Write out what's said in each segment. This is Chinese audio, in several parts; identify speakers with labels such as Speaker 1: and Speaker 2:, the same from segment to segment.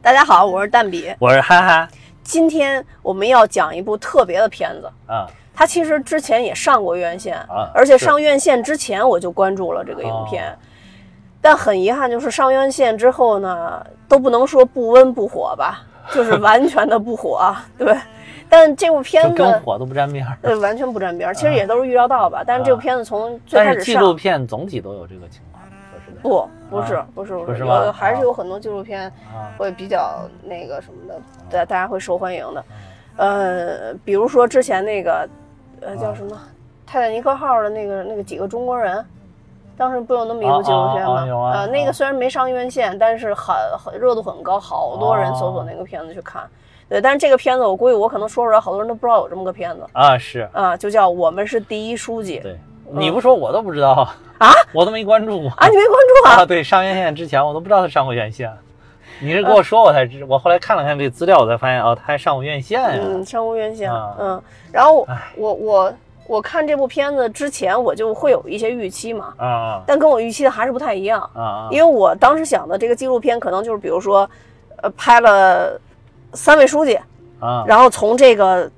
Speaker 1: 大家好，我是蛋比。
Speaker 2: 我是哈哈，
Speaker 1: 今天我们要讲一部特别的片子，
Speaker 2: 啊
Speaker 1: 它其实之前也上过院线，
Speaker 2: 啊
Speaker 1: 而且
Speaker 2: 是哦
Speaker 1: 上院线之前我就关注了这个影片，但很遗憾，就是上院线之后呢，都不能说不温不火 吧，就是完全的不火，对。但这部
Speaker 2: 就
Speaker 1: 片子
Speaker 2: 跟火都不沾边儿。
Speaker 1: 呃完全不沾边儿，其实也都是预料到吧。但是这部片子从 最
Speaker 2: 啊但
Speaker 1: 开
Speaker 2: 是
Speaker 1: 始
Speaker 2: 纪录
Speaker 1: 上，
Speaker 2: 片总体都有这个情况，说实在
Speaker 1: 不不是
Speaker 2: 啊
Speaker 1: 不是
Speaker 2: 不是吗
Speaker 1: 有还是
Speaker 2: 啊
Speaker 1: 有很多纪录片
Speaker 2: 啊，
Speaker 1: 会比较那个什么的，
Speaker 2: 嗯
Speaker 1: 大大家会受欢迎的。呃，比如说之前那个，呃，
Speaker 2: 啊
Speaker 1: 叫什么《泰坦尼克号》的那个那个几个中国人，当时不有那么一部纪录片
Speaker 2: 啊啊啊有
Speaker 1: 吗？
Speaker 2: 啊
Speaker 1: 呃，那个
Speaker 2: 啊
Speaker 1: 虽然没上院线，但是很很热度很高，好多
Speaker 2: 啊
Speaker 1: 人搜索那个片子去看。对，但是这个片子我估计我可能说出来，好多人都不知道有这么个片子
Speaker 2: 啊，是
Speaker 1: 啊，就叫《我们是第一书记》
Speaker 2: 对，你不说我都不知道
Speaker 1: 嗯啊，
Speaker 2: 我都没关注过
Speaker 1: 啊，你没关注啊？
Speaker 2: 啊。对，上院线之前我都不知道他上过院线，你是跟我说我才知，我后来看了看这资料，我才发现哦，他还上过院线呀
Speaker 1: 嗯，。上过院线，
Speaker 2: 啊哎
Speaker 1: 嗯。然后
Speaker 2: 唉
Speaker 1: 我我我看这部片子之前，我就会有一些预期嘛，
Speaker 2: 啊啊
Speaker 1: 但跟我预期的还是不太一样。
Speaker 2: 啊啊！
Speaker 1: 嗯因为我当时想的这个纪录片，可能就是比如说，呃，拍了三位书记，
Speaker 2: 啊
Speaker 1: 然后从这个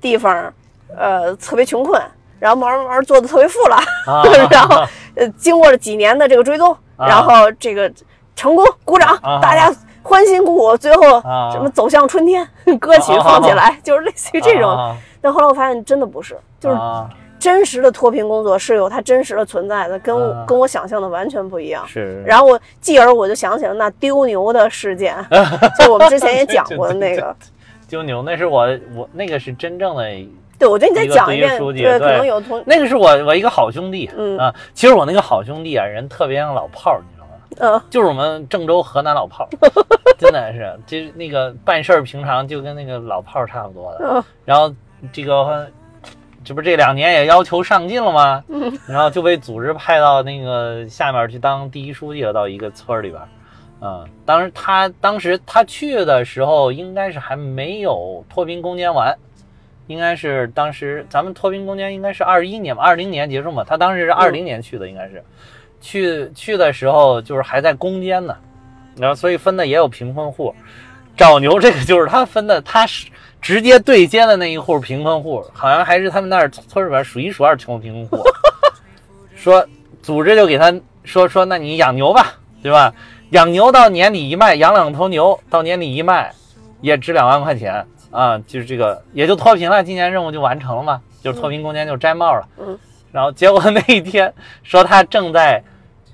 Speaker 1: 地方，呃，特别穷困，然后慢慢慢慢做的特别富了，
Speaker 2: 啊
Speaker 1: 然后呃，经过了几年的这个追踪，
Speaker 2: 啊
Speaker 1: 然后这个成功，鼓掌，
Speaker 2: 啊
Speaker 1: 大家欢欣鼓舞，最后
Speaker 2: 啊
Speaker 1: 什么走向春天， 歌曲放起来，就是类似于这种。
Speaker 2: 啊
Speaker 1: 但后来我发现真的不是，就是
Speaker 2: 啊
Speaker 1: 真实的脱贫工作是有它真实的存在的，跟我
Speaker 2: 啊
Speaker 1: 跟我想象的完全不一样。
Speaker 2: 是，
Speaker 1: 然后我继而我就想起了那丢牛的事件， 就我们之前也讲过的那个。
Speaker 2: 丢牛那是我我那个是真正的
Speaker 1: 对，我觉得你再讲一遍，
Speaker 2: 一个对一个书记
Speaker 1: 对，
Speaker 2: 对
Speaker 1: 可能有同
Speaker 2: 那个是我我一个好兄弟，
Speaker 1: 嗯
Speaker 2: 啊，其实我那个好兄弟啊，人特别像老炮儿，你知道吗？
Speaker 1: 嗯
Speaker 2: 就是我们郑州河南 老炮儿，真的是，这那个办事儿平常就跟那个老炮儿差不多的。
Speaker 1: 嗯
Speaker 2: 然后这个这不这两年也要求上进了吗？
Speaker 1: 嗯
Speaker 2: 然后就被组织派到那个下面去当第一书记了，到一个村儿里边儿。嗯，当时他当时他去的时候，应该是还没有脱贫攻坚完，应该是当时咱们脱贫攻坚应该是二一年吧，二零年结束嘛。他当时是二零年去的，应该是去去的时候就是还在攻坚呢，然后所以分的也有贫困户。找牛这个就是他分的，他是直接对接的那一户贫困户，好像还是他们那儿村里边数一数二穷的贫困户。说组织就给他说说，那你养牛吧，对吧？养牛到年底一卖，养两头牛到年底一卖，也值两万块钱啊，就是这个也就脱贫了，今年任务就完成了嘛，就是脱贫攻坚就摘帽了。
Speaker 1: 嗯，
Speaker 2: 然后结果那一天说他正在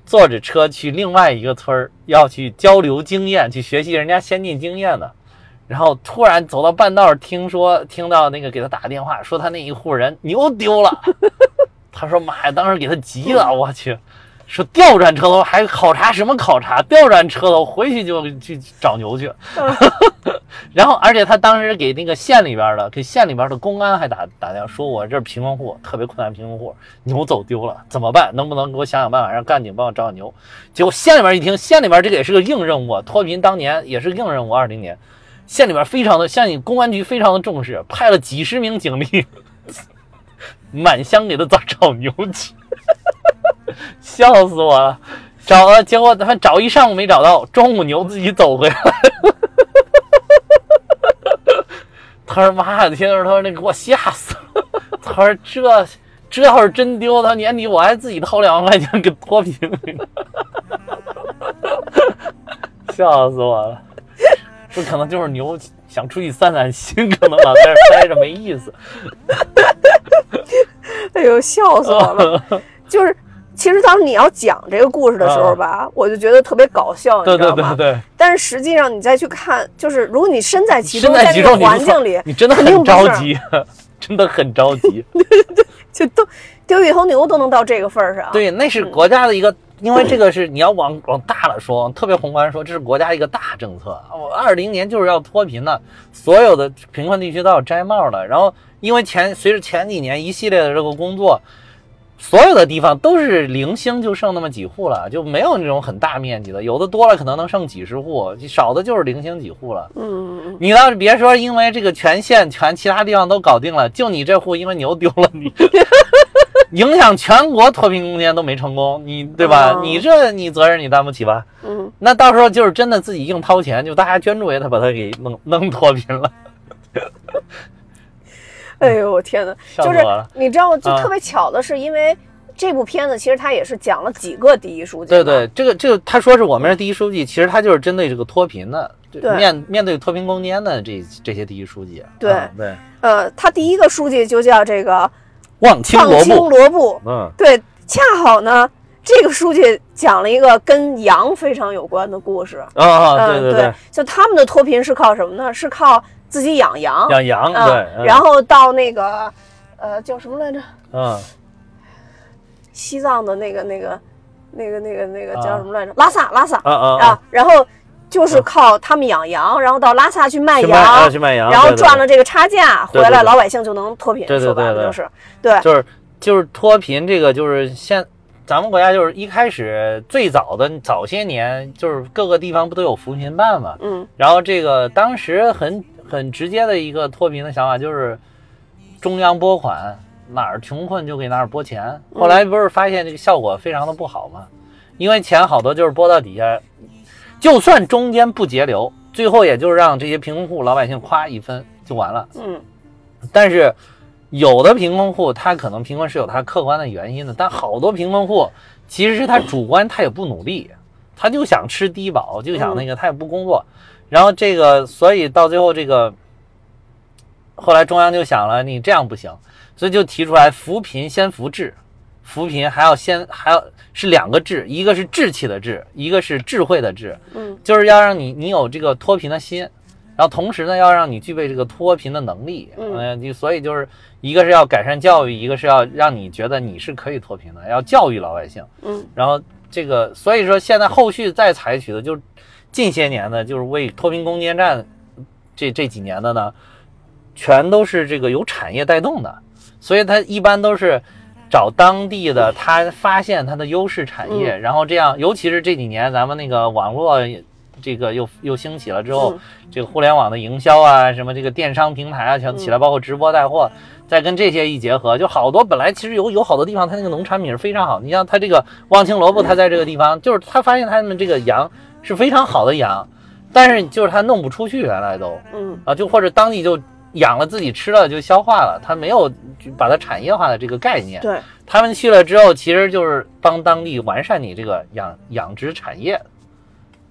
Speaker 2: 坐着车去另外一个村儿，要去交流经验，去学习人家先进经验呢。然后突然走到半道儿，听说听到那个给他打个电话，说他那一户人牛丢了。他说：“妈呀！”当时给他急了，我去，说调转车头还考察什么考察？调转车头回去就去找牛去。然后，而且他当时给那个县里边的，给县里边的公安还打打电话，说我这儿贫困户，特别困难贫困户，牛走丢了，怎么办？能不能给我想想办法，让干警帮我找找牛？结果县里边一听，县里边这个也是个硬任务啊，脱贫当年也是硬任务，二零年，县里边非常的，县里公安局非常的重视，派了几十名警力，满乡给他找找牛去，笑死我了。找了，结果他们找一上午没找到，中午牛自己走回来了。他说：“妈呀！”天呐，他说那给我吓死了。他说：“这这要是真丢，他说年底我还自己掏两万块钱给脱贫。” 笑死我了。这可能就是牛想出去散散心，可能老在这儿待着没 意思。
Speaker 1: 哎呦，笑死我 了！就是其实当时你要讲这个故事的时候吧，我就觉得特别搞笑，你
Speaker 2: 啊
Speaker 1: 知
Speaker 2: 对对
Speaker 1: 道
Speaker 2: 对
Speaker 1: 吗？
Speaker 2: 对，
Speaker 1: 但是实际上你再去看，就是如果你身在其中，
Speaker 2: 身在
Speaker 1: 在
Speaker 2: 其
Speaker 1: 这个
Speaker 2: 中，你
Speaker 1: 环
Speaker 2: 不
Speaker 1: 境里，
Speaker 2: 你真的
Speaker 1: 肯定
Speaker 2: 很
Speaker 1: 不是
Speaker 2: 着急， 真的很着急。
Speaker 1: 就都丢一头牛都能到这个份儿上。，
Speaker 2: 对，那是国家的一个，因为这个是你要往往大了说，往特别宏观说，这是国家一个大政策。我二零年就是要脱贫的，所有的贫困地区都要摘帽的。然后，因为前随着前几年一系列的这个工作，所有的地方都是零星就剩那么几户了，就没有那种很大面积的，有的多了可能能剩几十户，少的就是零星几户了。
Speaker 1: 嗯，
Speaker 2: 你倒是别说，因为这个全县全其他地方都搞定了，就你这户因为牛丢了 你，影响全国脱贫攻坚都没成功，你对吧？
Speaker 1: 哦
Speaker 2: 你这你责任你担不起吧？
Speaker 1: 嗯，
Speaker 2: 那到时候就是真的自己硬掏钱，就大家捐助给他，把他给弄弄脱贫了，
Speaker 1: 哎呦我天哪！
Speaker 2: 笑死
Speaker 1: 就
Speaker 2: 我
Speaker 1: 是
Speaker 2: 了。
Speaker 1: 你知道，就
Speaker 2: 啊
Speaker 1: 特别巧的是，因为这部片子其实它也是讲了几个第一书记，
Speaker 2: 对对，，这个这个，他说是我们是第一书记，其实他就是针对这个脱贫的，这
Speaker 1: 对
Speaker 2: 面面对脱贫攻坚的这这些第一书记。
Speaker 1: 对
Speaker 2: 啊对，
Speaker 1: 呃，他第一个书记就叫这个
Speaker 2: 望青
Speaker 1: 放
Speaker 2: 罗
Speaker 1: 青
Speaker 2: 布，
Speaker 1: 罗布，
Speaker 2: 嗯，
Speaker 1: 对，恰好呢，这个书记讲了一个跟羊非常有关的故事。
Speaker 2: 啊啊，对
Speaker 1: 嗯，
Speaker 2: 对，
Speaker 1: 就他们的脱贫是靠什么呢？是靠自己养羊，
Speaker 2: 养羊，
Speaker 1: 啊
Speaker 2: 对，嗯
Speaker 1: 然后到那个，呃，叫什么来着？
Speaker 2: 嗯，
Speaker 1: 西藏的那个、那个、那个、那个、那个
Speaker 2: 啊
Speaker 1: 叫什么来着？拉萨，拉萨
Speaker 2: 啊啊
Speaker 1: 啊，然后就是
Speaker 2: 啊
Speaker 1: 靠他们养羊，然后到拉萨去卖
Speaker 2: 去卖啊
Speaker 1: 羊，
Speaker 2: 去卖羊，
Speaker 1: 然后
Speaker 2: 对对
Speaker 1: 赚了这个差价，
Speaker 2: 对
Speaker 1: 回
Speaker 2: 对
Speaker 1: 来
Speaker 2: 对
Speaker 1: 老百姓就能脱贫，
Speaker 2: 对对
Speaker 1: 说白
Speaker 2: 对
Speaker 1: 了
Speaker 2: 对
Speaker 1: 就是对
Speaker 2: 对，就是就是脱贫这个就是现。咱们国家就是一开始最早的早些年，就是各个地方不都有扶贫办嘛？
Speaker 1: 嗯
Speaker 2: 然后这个当时很很直接的一个脱贫的想法就是，中央拨款，哪儿穷困就给哪儿拨钱。
Speaker 1: 嗯
Speaker 2: 后来不是发现这个效果非常的不好嘛，因为钱好多就是拨到底下，就算中间不节流，最后也就是让这些贫困户老百姓夸一分就完了。
Speaker 1: 嗯
Speaker 2: 但是有的贫困户他可能贫困是有他客观的原因的，但好多贫困户其实是他主观他也不努力，他就想吃低保，就想那个他也不工作，然后这个所以到最后这个后来中央就想了，你这样不行，所以就提出来扶贫先扶志。扶贫还要先还要是两个志，一个是志气的志，一个是智慧的智。
Speaker 1: 嗯
Speaker 2: 就是要让你你有这个脱贫的心，然后同时呢，要让你具备这个脱贫的能力。
Speaker 1: 嗯
Speaker 2: 呃你所以就是一个是要改善教育，一个是要让你觉得你是可以脱贫的，要教育老百姓。
Speaker 1: 嗯
Speaker 2: 然后这个，所以说现在后续再采取的，就是近些年的，就是为脱贫攻坚战这这几年的呢，全都是这个由产业带动的，所以它一般都是找当地的，它发现它的优势产业，然后这样，尤其是这几年咱们那个网络也这个又又兴起了之后，
Speaker 1: 嗯
Speaker 2: 这个互联网的营销啊，什么这个电商平台啊，
Speaker 1: 嗯
Speaker 2: 全起来，包括直播带货，再跟这些一结合，就好多本来其实有有好多地方它那个农产品是非常好，你像它这个望青萝卜，
Speaker 1: 嗯
Speaker 2: 它在这个地方就是它发现他们这个羊是非常好的羊，但是就是它弄不出去，原来都
Speaker 1: 嗯
Speaker 2: 啊，就或者当地就养了自己吃了就消化了，它没有就把它产业化的这个概念。
Speaker 1: 对
Speaker 2: 他们去了之后，其实就是帮当地完善你这个养养殖产业。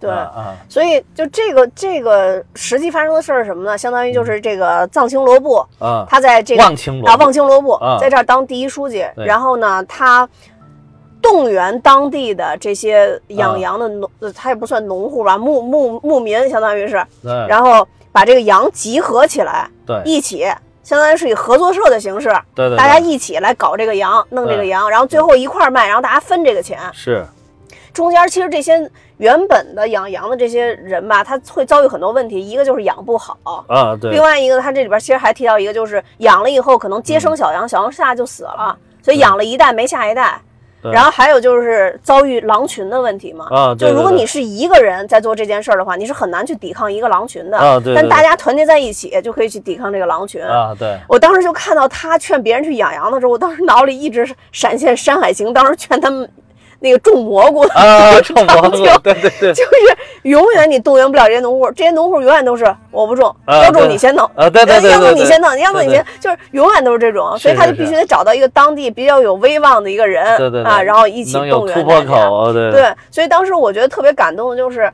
Speaker 1: 对。
Speaker 2: 啊啊，
Speaker 1: 所以，就这个这个实际发生的事儿是什么呢？相当于就是这个藏青罗布，
Speaker 2: 嗯啊，
Speaker 1: 他在这个
Speaker 2: 望青
Speaker 1: 啊
Speaker 2: 萝卜
Speaker 1: 望京罗布
Speaker 2: 啊
Speaker 1: 在这儿当第一书记，
Speaker 2: 对
Speaker 1: 然后呢，他动员当地的这些
Speaker 2: 啊
Speaker 1: 养羊的农，呃他也不算农户吧，牧牧牧民相当于是，
Speaker 2: 对
Speaker 1: 然后把这个羊集合起来，
Speaker 2: 对
Speaker 1: 一起。相当于是以合作社的形式，
Speaker 2: 嗯对对，
Speaker 1: 大家一起来搞这个羊，弄这个
Speaker 2: 对
Speaker 1: 羊，然后最后一块儿卖，然后大家分这个钱。
Speaker 2: 是
Speaker 1: 中间其实这些原本的养羊的这些人吧，他会遭遇很多问题，一个就是养不好，
Speaker 2: 啊，对
Speaker 1: 另外一个，它这里边其实还提到一个，就是养了以后可能接
Speaker 2: 嗯
Speaker 1: 生小羊，小羊下就死了，所以养了一代没下一代。
Speaker 2: 对
Speaker 1: 然后还有就是遭遇狼群的问题嘛，
Speaker 2: 啊对
Speaker 1: 就如果
Speaker 2: 对对
Speaker 1: 你是一个人在做这件事儿的话，你是很难去抵抗一个狼群的。
Speaker 2: 啊对对
Speaker 1: 但大家团结在一起，就可以去抵抗这个狼群。
Speaker 2: 啊，对
Speaker 1: 我当时就看到他劝别人去养羊的时候，我当时脑里一直闪现《山海情》，当时劝他们那个种蘑菇 的，
Speaker 2: 啊，臭蘑菇
Speaker 1: 长久，
Speaker 2: 对对对，
Speaker 1: 就是永远你动员不了这些农户，这些农户永远都是我不种，
Speaker 2: 啊
Speaker 1: 要种
Speaker 2: 对
Speaker 1: 你先弄。
Speaker 2: 啊，对对对对，
Speaker 1: 要么你
Speaker 2: 对
Speaker 1: 先弄，要么你
Speaker 2: 对
Speaker 1: 先，就是永远都是这种，所以
Speaker 2: 是
Speaker 1: 他就是必须
Speaker 2: 是
Speaker 1: 得找到一个当地比较有威望的一个人，
Speaker 2: 对对对
Speaker 1: 啊，然后一起
Speaker 2: 能有
Speaker 1: 动员
Speaker 2: 突破
Speaker 1: 大家。
Speaker 2: 口，哦对
Speaker 1: 对，所以当时我觉得特别感动的就是，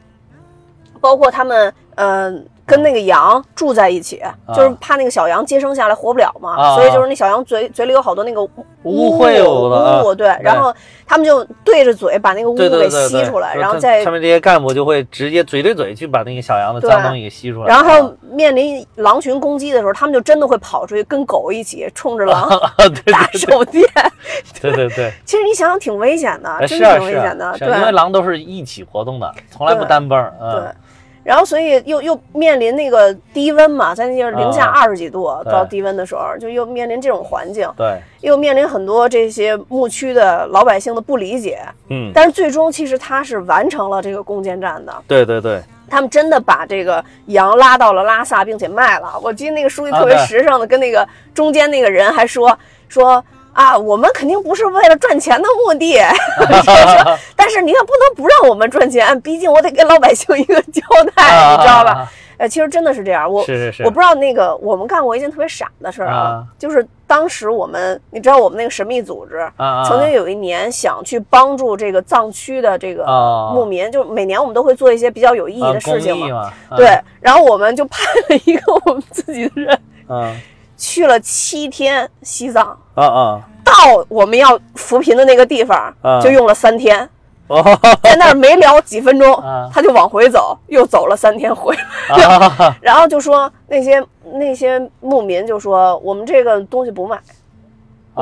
Speaker 1: 包括他们，呃，跟那个羊住在一起，就是怕那个小羊接生下来活不了嘛，
Speaker 2: 啊
Speaker 1: 所以就是那小羊嘴嘴里有好多那个
Speaker 2: 污
Speaker 1: 污
Speaker 2: 秽有的啊
Speaker 1: 污，对，然后他们就对着嘴把那个污
Speaker 2: 对
Speaker 1: 物
Speaker 2: 对
Speaker 1: 给
Speaker 2: 对对
Speaker 1: 吸
Speaker 2: 对
Speaker 1: 出来，
Speaker 2: 就
Speaker 1: 然后
Speaker 2: 他
Speaker 1: 再
Speaker 2: 他们这些干部就会直接嘴对嘴去把那个小羊的
Speaker 1: 对
Speaker 2: 脏东西给吸出来，
Speaker 1: 然后还
Speaker 2: 啊
Speaker 1: 有面临狼群攻击的时候，他们就真的会跑出去跟狗一起冲着 狼
Speaker 2: 啊对
Speaker 1: 打手电。
Speaker 2: 对对对，
Speaker 1: 其实你想想挺危险的
Speaker 2: 哎，
Speaker 1: 真
Speaker 2: 是
Speaker 1: 的
Speaker 2: 啊
Speaker 1: 挺危
Speaker 2: 是
Speaker 1: 险的
Speaker 2: 啊，，是啊因为
Speaker 1: 对
Speaker 2: 狼都是一起活动的，从来不
Speaker 1: 对
Speaker 2: 单蹦儿，嗯
Speaker 1: 对。然后所以又又面临那个低温嘛，在那就是零下
Speaker 2: 啊
Speaker 1: 二十几度
Speaker 2: 对
Speaker 1: 到低温的时候，就又面临这种环境，
Speaker 2: 对，
Speaker 1: 又面临很多这些牧区的老百姓的不理解。
Speaker 2: 嗯，
Speaker 1: 但是最终其实他是完成了这个攻坚战的，
Speaker 2: 对对对，
Speaker 1: 他们真的把这个羊拉到了拉萨，并且卖了。我记得那个书记特别
Speaker 2: 啊对
Speaker 1: 时尚的，跟那个中间那个人还说说啊，我们肯定不是为了赚钱的目的， 但是你也不能不让我们赚钱，毕竟我得给老百姓一个交
Speaker 2: 啊
Speaker 1: 代，哎你知道吧？？呃，其实真的是这样，我。
Speaker 2: 是是是，
Speaker 1: 我不知道那个，我们干过一件特别傻的事儿啊
Speaker 2: 啊，
Speaker 1: 就是当时我们，你知道我们那个神秘组织，
Speaker 2: 啊，
Speaker 1: 曾经有一年想去帮助这个藏区的这个
Speaker 2: 啊
Speaker 1: 牧民，就是每年我们都会做一些比较有意义的事情嘛。
Speaker 2: 嘛，啊，
Speaker 1: 对，然后我们就派了一个我们自己的人
Speaker 2: 嗯
Speaker 1: 去了七天西藏，
Speaker 2: 啊啊，
Speaker 1: 到我们要扶贫的那个地方
Speaker 2: 啊
Speaker 1: 就用了三 天，
Speaker 2: 哦哈哈
Speaker 1: 在那儿没聊几分钟
Speaker 2: 啊，
Speaker 1: 他就往回走，又走了三天回来，
Speaker 2: 哈哈
Speaker 1: 然后就说那些那些牧民就说我们这个东西不卖，你你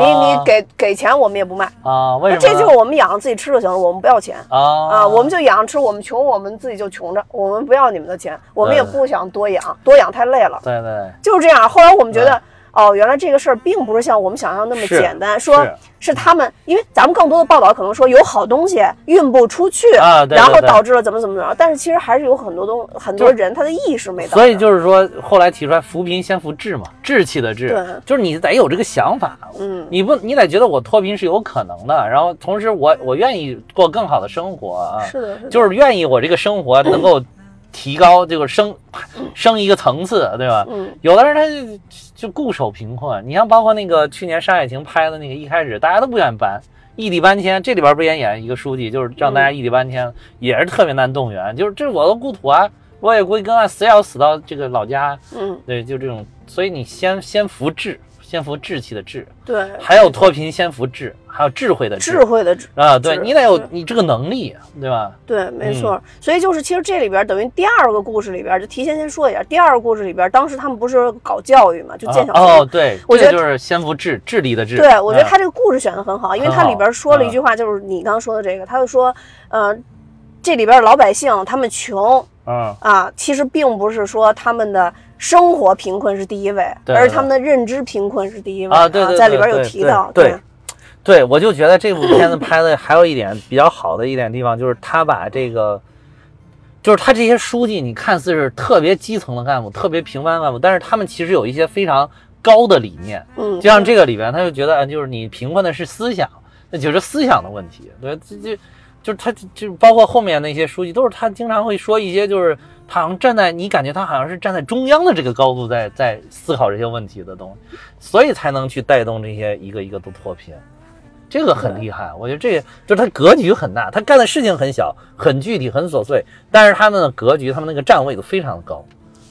Speaker 2: 啊
Speaker 1: 给给钱我们也不卖，
Speaker 2: 啊，为
Speaker 1: 那
Speaker 2: 什么呢？
Speaker 1: 这就是我们养着自己吃就行了，我们不要钱。
Speaker 2: 啊
Speaker 1: 啊，我们就养着吃，我们穷，我们自己就穷着，我们不要你们的钱，我们也
Speaker 2: 对
Speaker 1: 不想多
Speaker 2: 嗯
Speaker 1: 养，多养太累了。
Speaker 2: 对对
Speaker 1: 就是这样。后来我们觉得，哦，原来这个事儿并不是像我们想象那么
Speaker 2: 嗯是
Speaker 1: 简单，说是他们，因为咱们更多的报道可能说有好东西运不出去，
Speaker 2: 啊对对
Speaker 1: 然后
Speaker 2: 对
Speaker 1: 导致了怎么怎么着，但是其实还是有很多东很多
Speaker 2: 就是
Speaker 1: 人他的意识没到那儿，
Speaker 2: 所以就是说，后来提出来扶贫先扶志嘛，志气的志
Speaker 1: 对，
Speaker 2: 就是你得有这个想法，
Speaker 1: 嗯，
Speaker 2: 你不你得觉得我脱贫是有可能的，然后同时我我愿意过更好的生活啊，
Speaker 1: 是的，是的，
Speaker 2: 就是愿意我这个生活能够提高这个升升一个层次，对吧？
Speaker 1: 嗯，
Speaker 2: 有的人他就就固守贫困，你像包括那个去年《山海情》拍的那个，一开始大家都不愿意搬，异地搬迁。这里边不也演一个书记，就是让大家
Speaker 1: 嗯
Speaker 2: 异地搬迁，也是特别难动员。就是这是我的故土啊，我也归根啊，死也要死到这个老家。
Speaker 1: 嗯，
Speaker 2: 对，就这种。所以你先先扶志，先扶志气的志，
Speaker 1: 对，
Speaker 2: 还有脱贫先扶志，还有智慧的
Speaker 1: 智慧的智
Speaker 2: 啊，对
Speaker 1: 智嗯
Speaker 2: 你得有
Speaker 1: 是
Speaker 2: 你这个能力，对吧？
Speaker 1: 对，没错儿。所以就是，其实这里边儿等于第二个故事里边儿，就提前先说一下，第二个故事里边儿，当时他们不是搞教育嘛，就建小学嘛、
Speaker 2: 啊哦，对，
Speaker 1: 我
Speaker 2: 这
Speaker 1: 觉得
Speaker 2: 就是先扶志，智力的智。
Speaker 1: 对，我觉得
Speaker 2: 嗯
Speaker 1: 他这个故事选的很好，因为
Speaker 2: 很
Speaker 1: 他
Speaker 2: 好嗯
Speaker 1: 里边说了一句话，就是你刚刚说的这个，他就说，呃，这里边老百姓他们穷
Speaker 2: 嗯
Speaker 1: 啊，其实并不是说他们的生活贫困是第一位，
Speaker 2: 对
Speaker 1: 而是
Speaker 2: 对
Speaker 1: 他们的认知贫困是第一位
Speaker 2: 啊，对对，
Speaker 1: 在里边
Speaker 2: 对
Speaker 1: 有
Speaker 2: 对
Speaker 1: 提到，
Speaker 2: 对，对，我就觉得这部片子拍的还有一点比较好的一点地方，就是他把这个，就是他这些书记，你看似是特别基层的干部，特别平凡的干部，但是他们其实有一些非常高的理念。
Speaker 1: 嗯，
Speaker 2: 就像这个里边，他就觉得，呃就是你贫困的是思想，那就是思想的问题。对，这这就是他，就包括后面那些书记，都是他经常会说一些，就是他好像站在你感觉他好像是站在中央的这个高度在在思考这些问题的东西，所以才能去带动这些一个一个都脱贫。这个很厉害，我觉得这个就是他格局很大，他干的事情很小、很具体、很琐碎，但是他们的格局、他们那个站位都非常的高。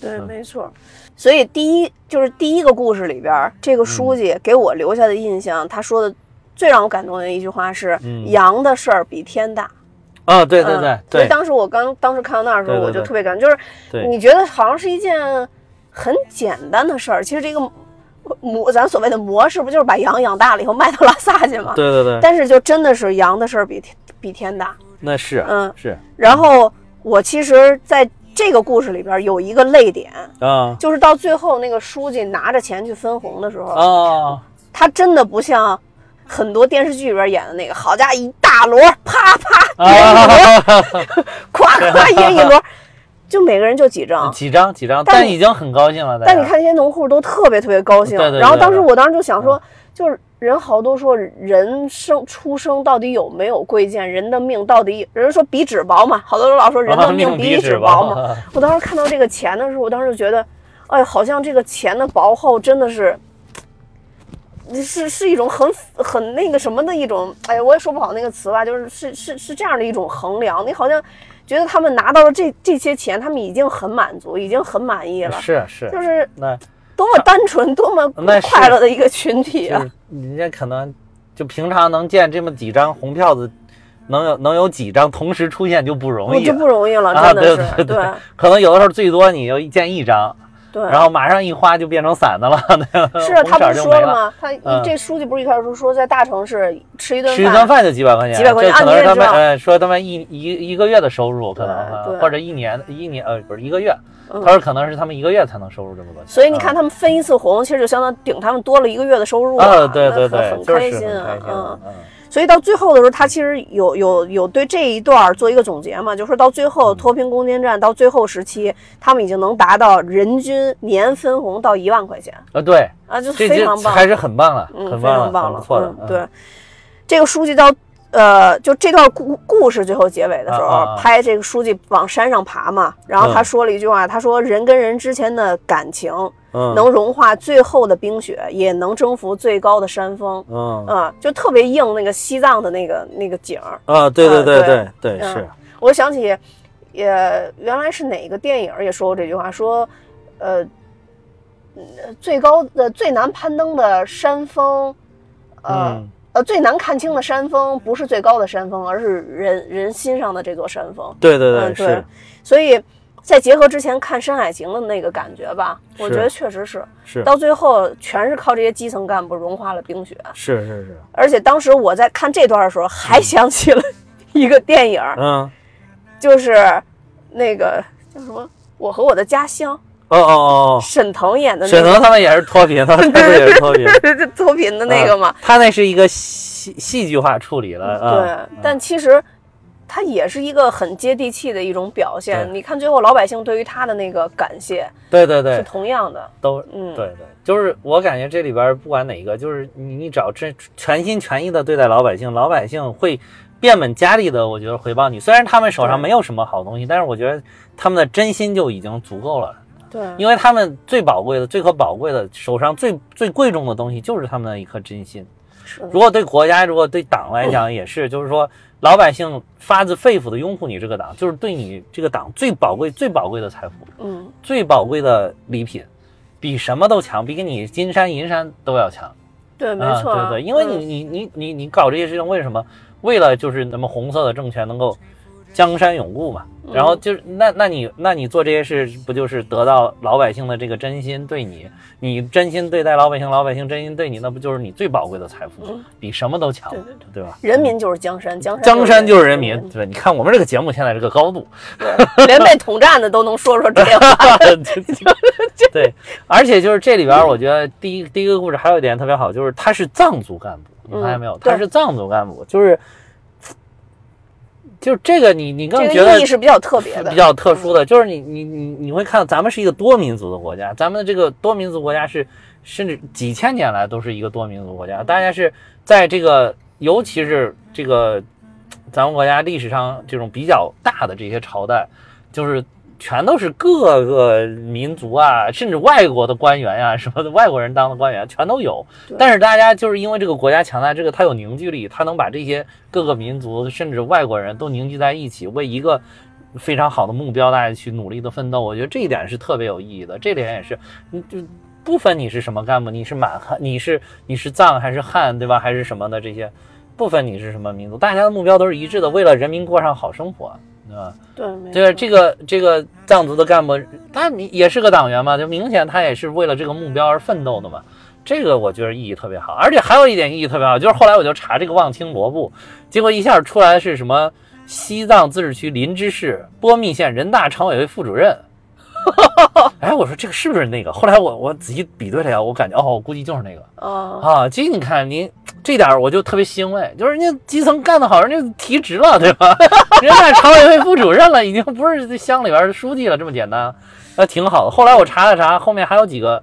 Speaker 1: 对，
Speaker 2: 嗯
Speaker 1: 没错。所以第一就是第一个故事里边儿，这个书记给我留下的印象，他说的最让我感动的一句话是：“
Speaker 2: 嗯
Speaker 1: 羊的事儿比天大。”
Speaker 2: 啊、对对
Speaker 1: 嗯
Speaker 2: 对
Speaker 1: 所以
Speaker 2: 对
Speaker 1: 当时我刚当时看到那儿的时候，
Speaker 2: 对对
Speaker 1: 我就
Speaker 2: 对
Speaker 1: 特别感动，就是
Speaker 2: 对
Speaker 1: 你觉得好像是一件很简单的事儿，其实这个模咱所谓的模式不就是把羊养大了以后卖到拉萨去吗？。
Speaker 2: 对对对，
Speaker 1: 但是就真的是羊的事儿比天比天大。
Speaker 2: 那是
Speaker 1: 嗯
Speaker 2: 是
Speaker 1: 然后我其实在这个故事里边有一个泪点，
Speaker 2: 啊
Speaker 1: 就是到最后那个书记拿着钱去分红的时候，
Speaker 2: 啊。
Speaker 1: 他真的不像。很多电视剧里边演的那个，好家伙，一大摞，啪啪，
Speaker 2: 啊，
Speaker 1: 夸夸也一摞，就每个人就几张，
Speaker 2: 几张几张，
Speaker 1: 但
Speaker 2: 但已经很高兴了。大家
Speaker 1: 但你，看那些农户都特别特别高兴，
Speaker 2: 啊对对对嗯
Speaker 1: 然后当时我当时就想说，就是人好多说人生出生到底有没有贵贱，人的命到底人家说比纸薄嘛，好多人老
Speaker 2: 哦
Speaker 1: 说人的命
Speaker 2: 比
Speaker 1: 纸
Speaker 2: 薄
Speaker 1: 嘛。我当时看到这个钱的时候，我当时就觉得，哎，好像这个钱的薄厚真的是。是是一种很很那个什么的一种，哎呀，我也说不好那个词吧，就是是是是这样的一种衡量。你好像觉得他们拿到了这这些钱，他们已经很满足，已经很满意了，
Speaker 2: 是是
Speaker 1: 就，是
Speaker 2: 那
Speaker 1: 多么单纯、多么
Speaker 2: 那是
Speaker 1: 快乐的一个群体
Speaker 2: 就
Speaker 1: 啊！
Speaker 2: 是人家可能就平常能见这么几张红票子，能有能有几张同时出现就不容
Speaker 1: 我
Speaker 2: 易
Speaker 1: 就
Speaker 2: 了。
Speaker 1: 不容易了，
Speaker 2: 啊
Speaker 1: 真的是
Speaker 2: 对对对可能有的时候最多你就见一张，
Speaker 1: 对，
Speaker 2: 然后马上一花就变成散的了，那个
Speaker 1: 是啊，
Speaker 2: 红
Speaker 1: 他
Speaker 2: 色
Speaker 1: 不
Speaker 2: 儿
Speaker 1: 是
Speaker 2: 就
Speaker 1: 说
Speaker 2: 没
Speaker 1: 了
Speaker 2: 了。
Speaker 1: 吗？他
Speaker 2: 嗯
Speaker 1: 这书记不是一开始说说在大城市吃一顿
Speaker 2: 吃一顿饭就几百块钱，
Speaker 1: 几百块钱
Speaker 2: 这可能是他们
Speaker 1: 按月
Speaker 2: 呃说他们一一一个月的收入，可能
Speaker 1: 对对
Speaker 2: 呃或者一年一年呃不是一个月，
Speaker 1: 嗯
Speaker 2: 他说可能是他们一个月才能收入这么多钱。
Speaker 1: 所以你看，
Speaker 2: 啊
Speaker 1: 他们分一次红，其实就相当于顶他们多了一个月的收入
Speaker 2: 啊对对
Speaker 1: 那
Speaker 2: 对，
Speaker 1: 很很
Speaker 2: 就是
Speaker 1: 开
Speaker 2: 很
Speaker 1: 心啊
Speaker 2: 开，心
Speaker 1: 嗯
Speaker 2: 啊。
Speaker 1: 所以到最后的时候，他其实有有有对这一段做一个总结嘛，就说到最后脱贫攻坚战到最后时期，他们已经能达到人均年分红到一万块钱
Speaker 2: 啊对，
Speaker 1: 啊，就
Speaker 2: 这
Speaker 1: 非
Speaker 2: 些
Speaker 1: 常棒，
Speaker 2: 还是很棒了，
Speaker 1: 嗯，
Speaker 2: 很
Speaker 1: 非常
Speaker 2: 棒啊
Speaker 1: 棒
Speaker 2: 很不错的
Speaker 1: 嗯，
Speaker 2: 嗯
Speaker 1: 对，这个书记到呃，就这段故故事最后结尾的时候，
Speaker 2: 啊啊啊
Speaker 1: 拍这个书记往山上爬嘛，然后他
Speaker 2: 嗯
Speaker 1: 说了一句话，他说人跟人之间的感情
Speaker 2: 嗯
Speaker 1: 能融化最厚的冰雪，也能征服最高的山峰。
Speaker 2: 嗯
Speaker 1: 啊、就特别应那个西藏的那个那个景儿，
Speaker 2: 啊对
Speaker 1: 对对
Speaker 2: 对对
Speaker 1: 嗯我想起，也原来是哪个电影儿也说过这句话，说，呃，嗯最高的最难攀登的山峰，呃、
Speaker 2: 嗯
Speaker 1: 呃，最难看清的山峰不是最高的山峰，而是人人心上的这座山峰。
Speaker 2: 对对
Speaker 1: 嗯，对，所以再结合之前看《山海情》的那个感觉吧，我
Speaker 2: 是
Speaker 1: 觉得确实是，
Speaker 2: 是
Speaker 1: 到最后全是靠这些基层干部融化了冰雪。
Speaker 2: 是是是，
Speaker 1: 而且当时我在看这段的时候，还想起了 一个电影儿，
Speaker 2: 嗯
Speaker 1: 就是那个叫什么《我和我的家乡
Speaker 2: 哦哦》，
Speaker 1: 沈腾演的
Speaker 2: 沈
Speaker 1: 那
Speaker 2: 腾
Speaker 1: 个，
Speaker 2: 他们也是脱贫，他们这也是脱 贫。
Speaker 1: 这脱贫的那个嘛
Speaker 2: 嗯。他那是一个戏戏剧化处理了啊。
Speaker 1: 对，但其实他也是一个很接地气的一种表现。
Speaker 2: 对
Speaker 1: 你看最后老百姓对于他的那个感谢
Speaker 2: 对对
Speaker 1: 是
Speaker 2: 对，
Speaker 1: 同样的，
Speaker 2: 都
Speaker 1: 嗯，
Speaker 2: 对对，就是我感觉这里边不管哪一个，就是你你只要真全心全意的对待老百姓，老百姓会变本加厉的，我觉得回报你。虽然他们手上
Speaker 1: 对
Speaker 2: 没有什么好东西，但是我觉得他们的真心就已经足够了，
Speaker 1: 对
Speaker 2: 因为他们最宝贵的、最可宝贵的、手上最最贵重的东西就是他们的一颗真心。
Speaker 1: 是的
Speaker 2: 如果对国家、如果对党来讲也是，就是说老百姓发自肺腑的拥护你这个党，就是对你这个党最宝贵、最宝贵的财富。
Speaker 1: 嗯，
Speaker 2: 最宝贵的礼品，比什么都强，比你金山银山都要强。
Speaker 1: 对，没错
Speaker 2: 啊
Speaker 1: 啊，
Speaker 2: 对对，因为
Speaker 1: 嗯
Speaker 2: 你你你你你搞这些事情，为什么？为了就是咱们红色的政权能够江山永固嘛。
Speaker 1: 嗯
Speaker 2: 然后就是那那你那你做这些事，不就是得到老百姓的这个真心对你？你真心对待老百姓，老百姓真心对你，那不就是你最宝贵的财富
Speaker 1: 嗯，
Speaker 2: 比什么都强
Speaker 1: 对对对，
Speaker 2: 对吧？
Speaker 1: 人民就是江山，江山
Speaker 2: 江山就是人民，
Speaker 1: 民，
Speaker 2: 对吧？你看我们这个节目现在这个高度，
Speaker 1: 对连被统战的都能说出这话，
Speaker 2: 对，而且就是这里边儿，我觉得第一第一个故事还有一点特别好，就是他是藏族干部，你发现没有？
Speaker 1: 嗯对
Speaker 2: 他是藏族干部，就是就是这个你你更
Speaker 1: 这
Speaker 2: 觉
Speaker 1: 个
Speaker 2: 得
Speaker 1: 意义是比较特别的，
Speaker 2: 比较特殊的，就是你你你你会看到咱们是一个多民族的国家，咱们的这个多民族国家是甚至几千年来都是一个多民族国家，大家是在这个尤其是这个咱们国家历史上这种比较大的这些朝代，就是。全都是各个民族啊，甚至外国的官员呀、什么的，外国人当的官员全都有。
Speaker 1: 对
Speaker 2: 但是大家就是因为这个国家强大，这个它有凝聚力，它能把这些各个民族甚至外国人都凝聚在一起，为一个非常好的目标，大家去努力的奋斗。我觉得这一点是特别有意义的，这点也是，你就不分你是什么干部，你是满汉，你是你是藏还是汉，对吧？还是什么的这些，不分你是什么民族，大家的目标都是一致的，为了人民过上好生活， 对吧？
Speaker 1: 对，没
Speaker 2: 对
Speaker 1: 错
Speaker 2: 这个这个藏族的干部，他也是个党员嘛，就明显他也是为了这个目标而奋斗的嘛。这个我觉得意义特别好，而且还有一点意义特别好，就是后来我就查这个望青罗布，结果一下出来是什么西藏自治区林芝市波密县人大常委会副主任。 哎，我说这个是不是那个？后来我我仔细比对了一下，我感觉哦，估计就是那个。
Speaker 1: 啊，
Speaker 2: 啊，这你看您这点儿我就特别欣慰，就是人家基层干得好，人家提职了，对吧？ 人家常委会副主任了，已经不是这乡里边儿的书记了，这么简单，那挺好的。后来我查了查，后面还有几个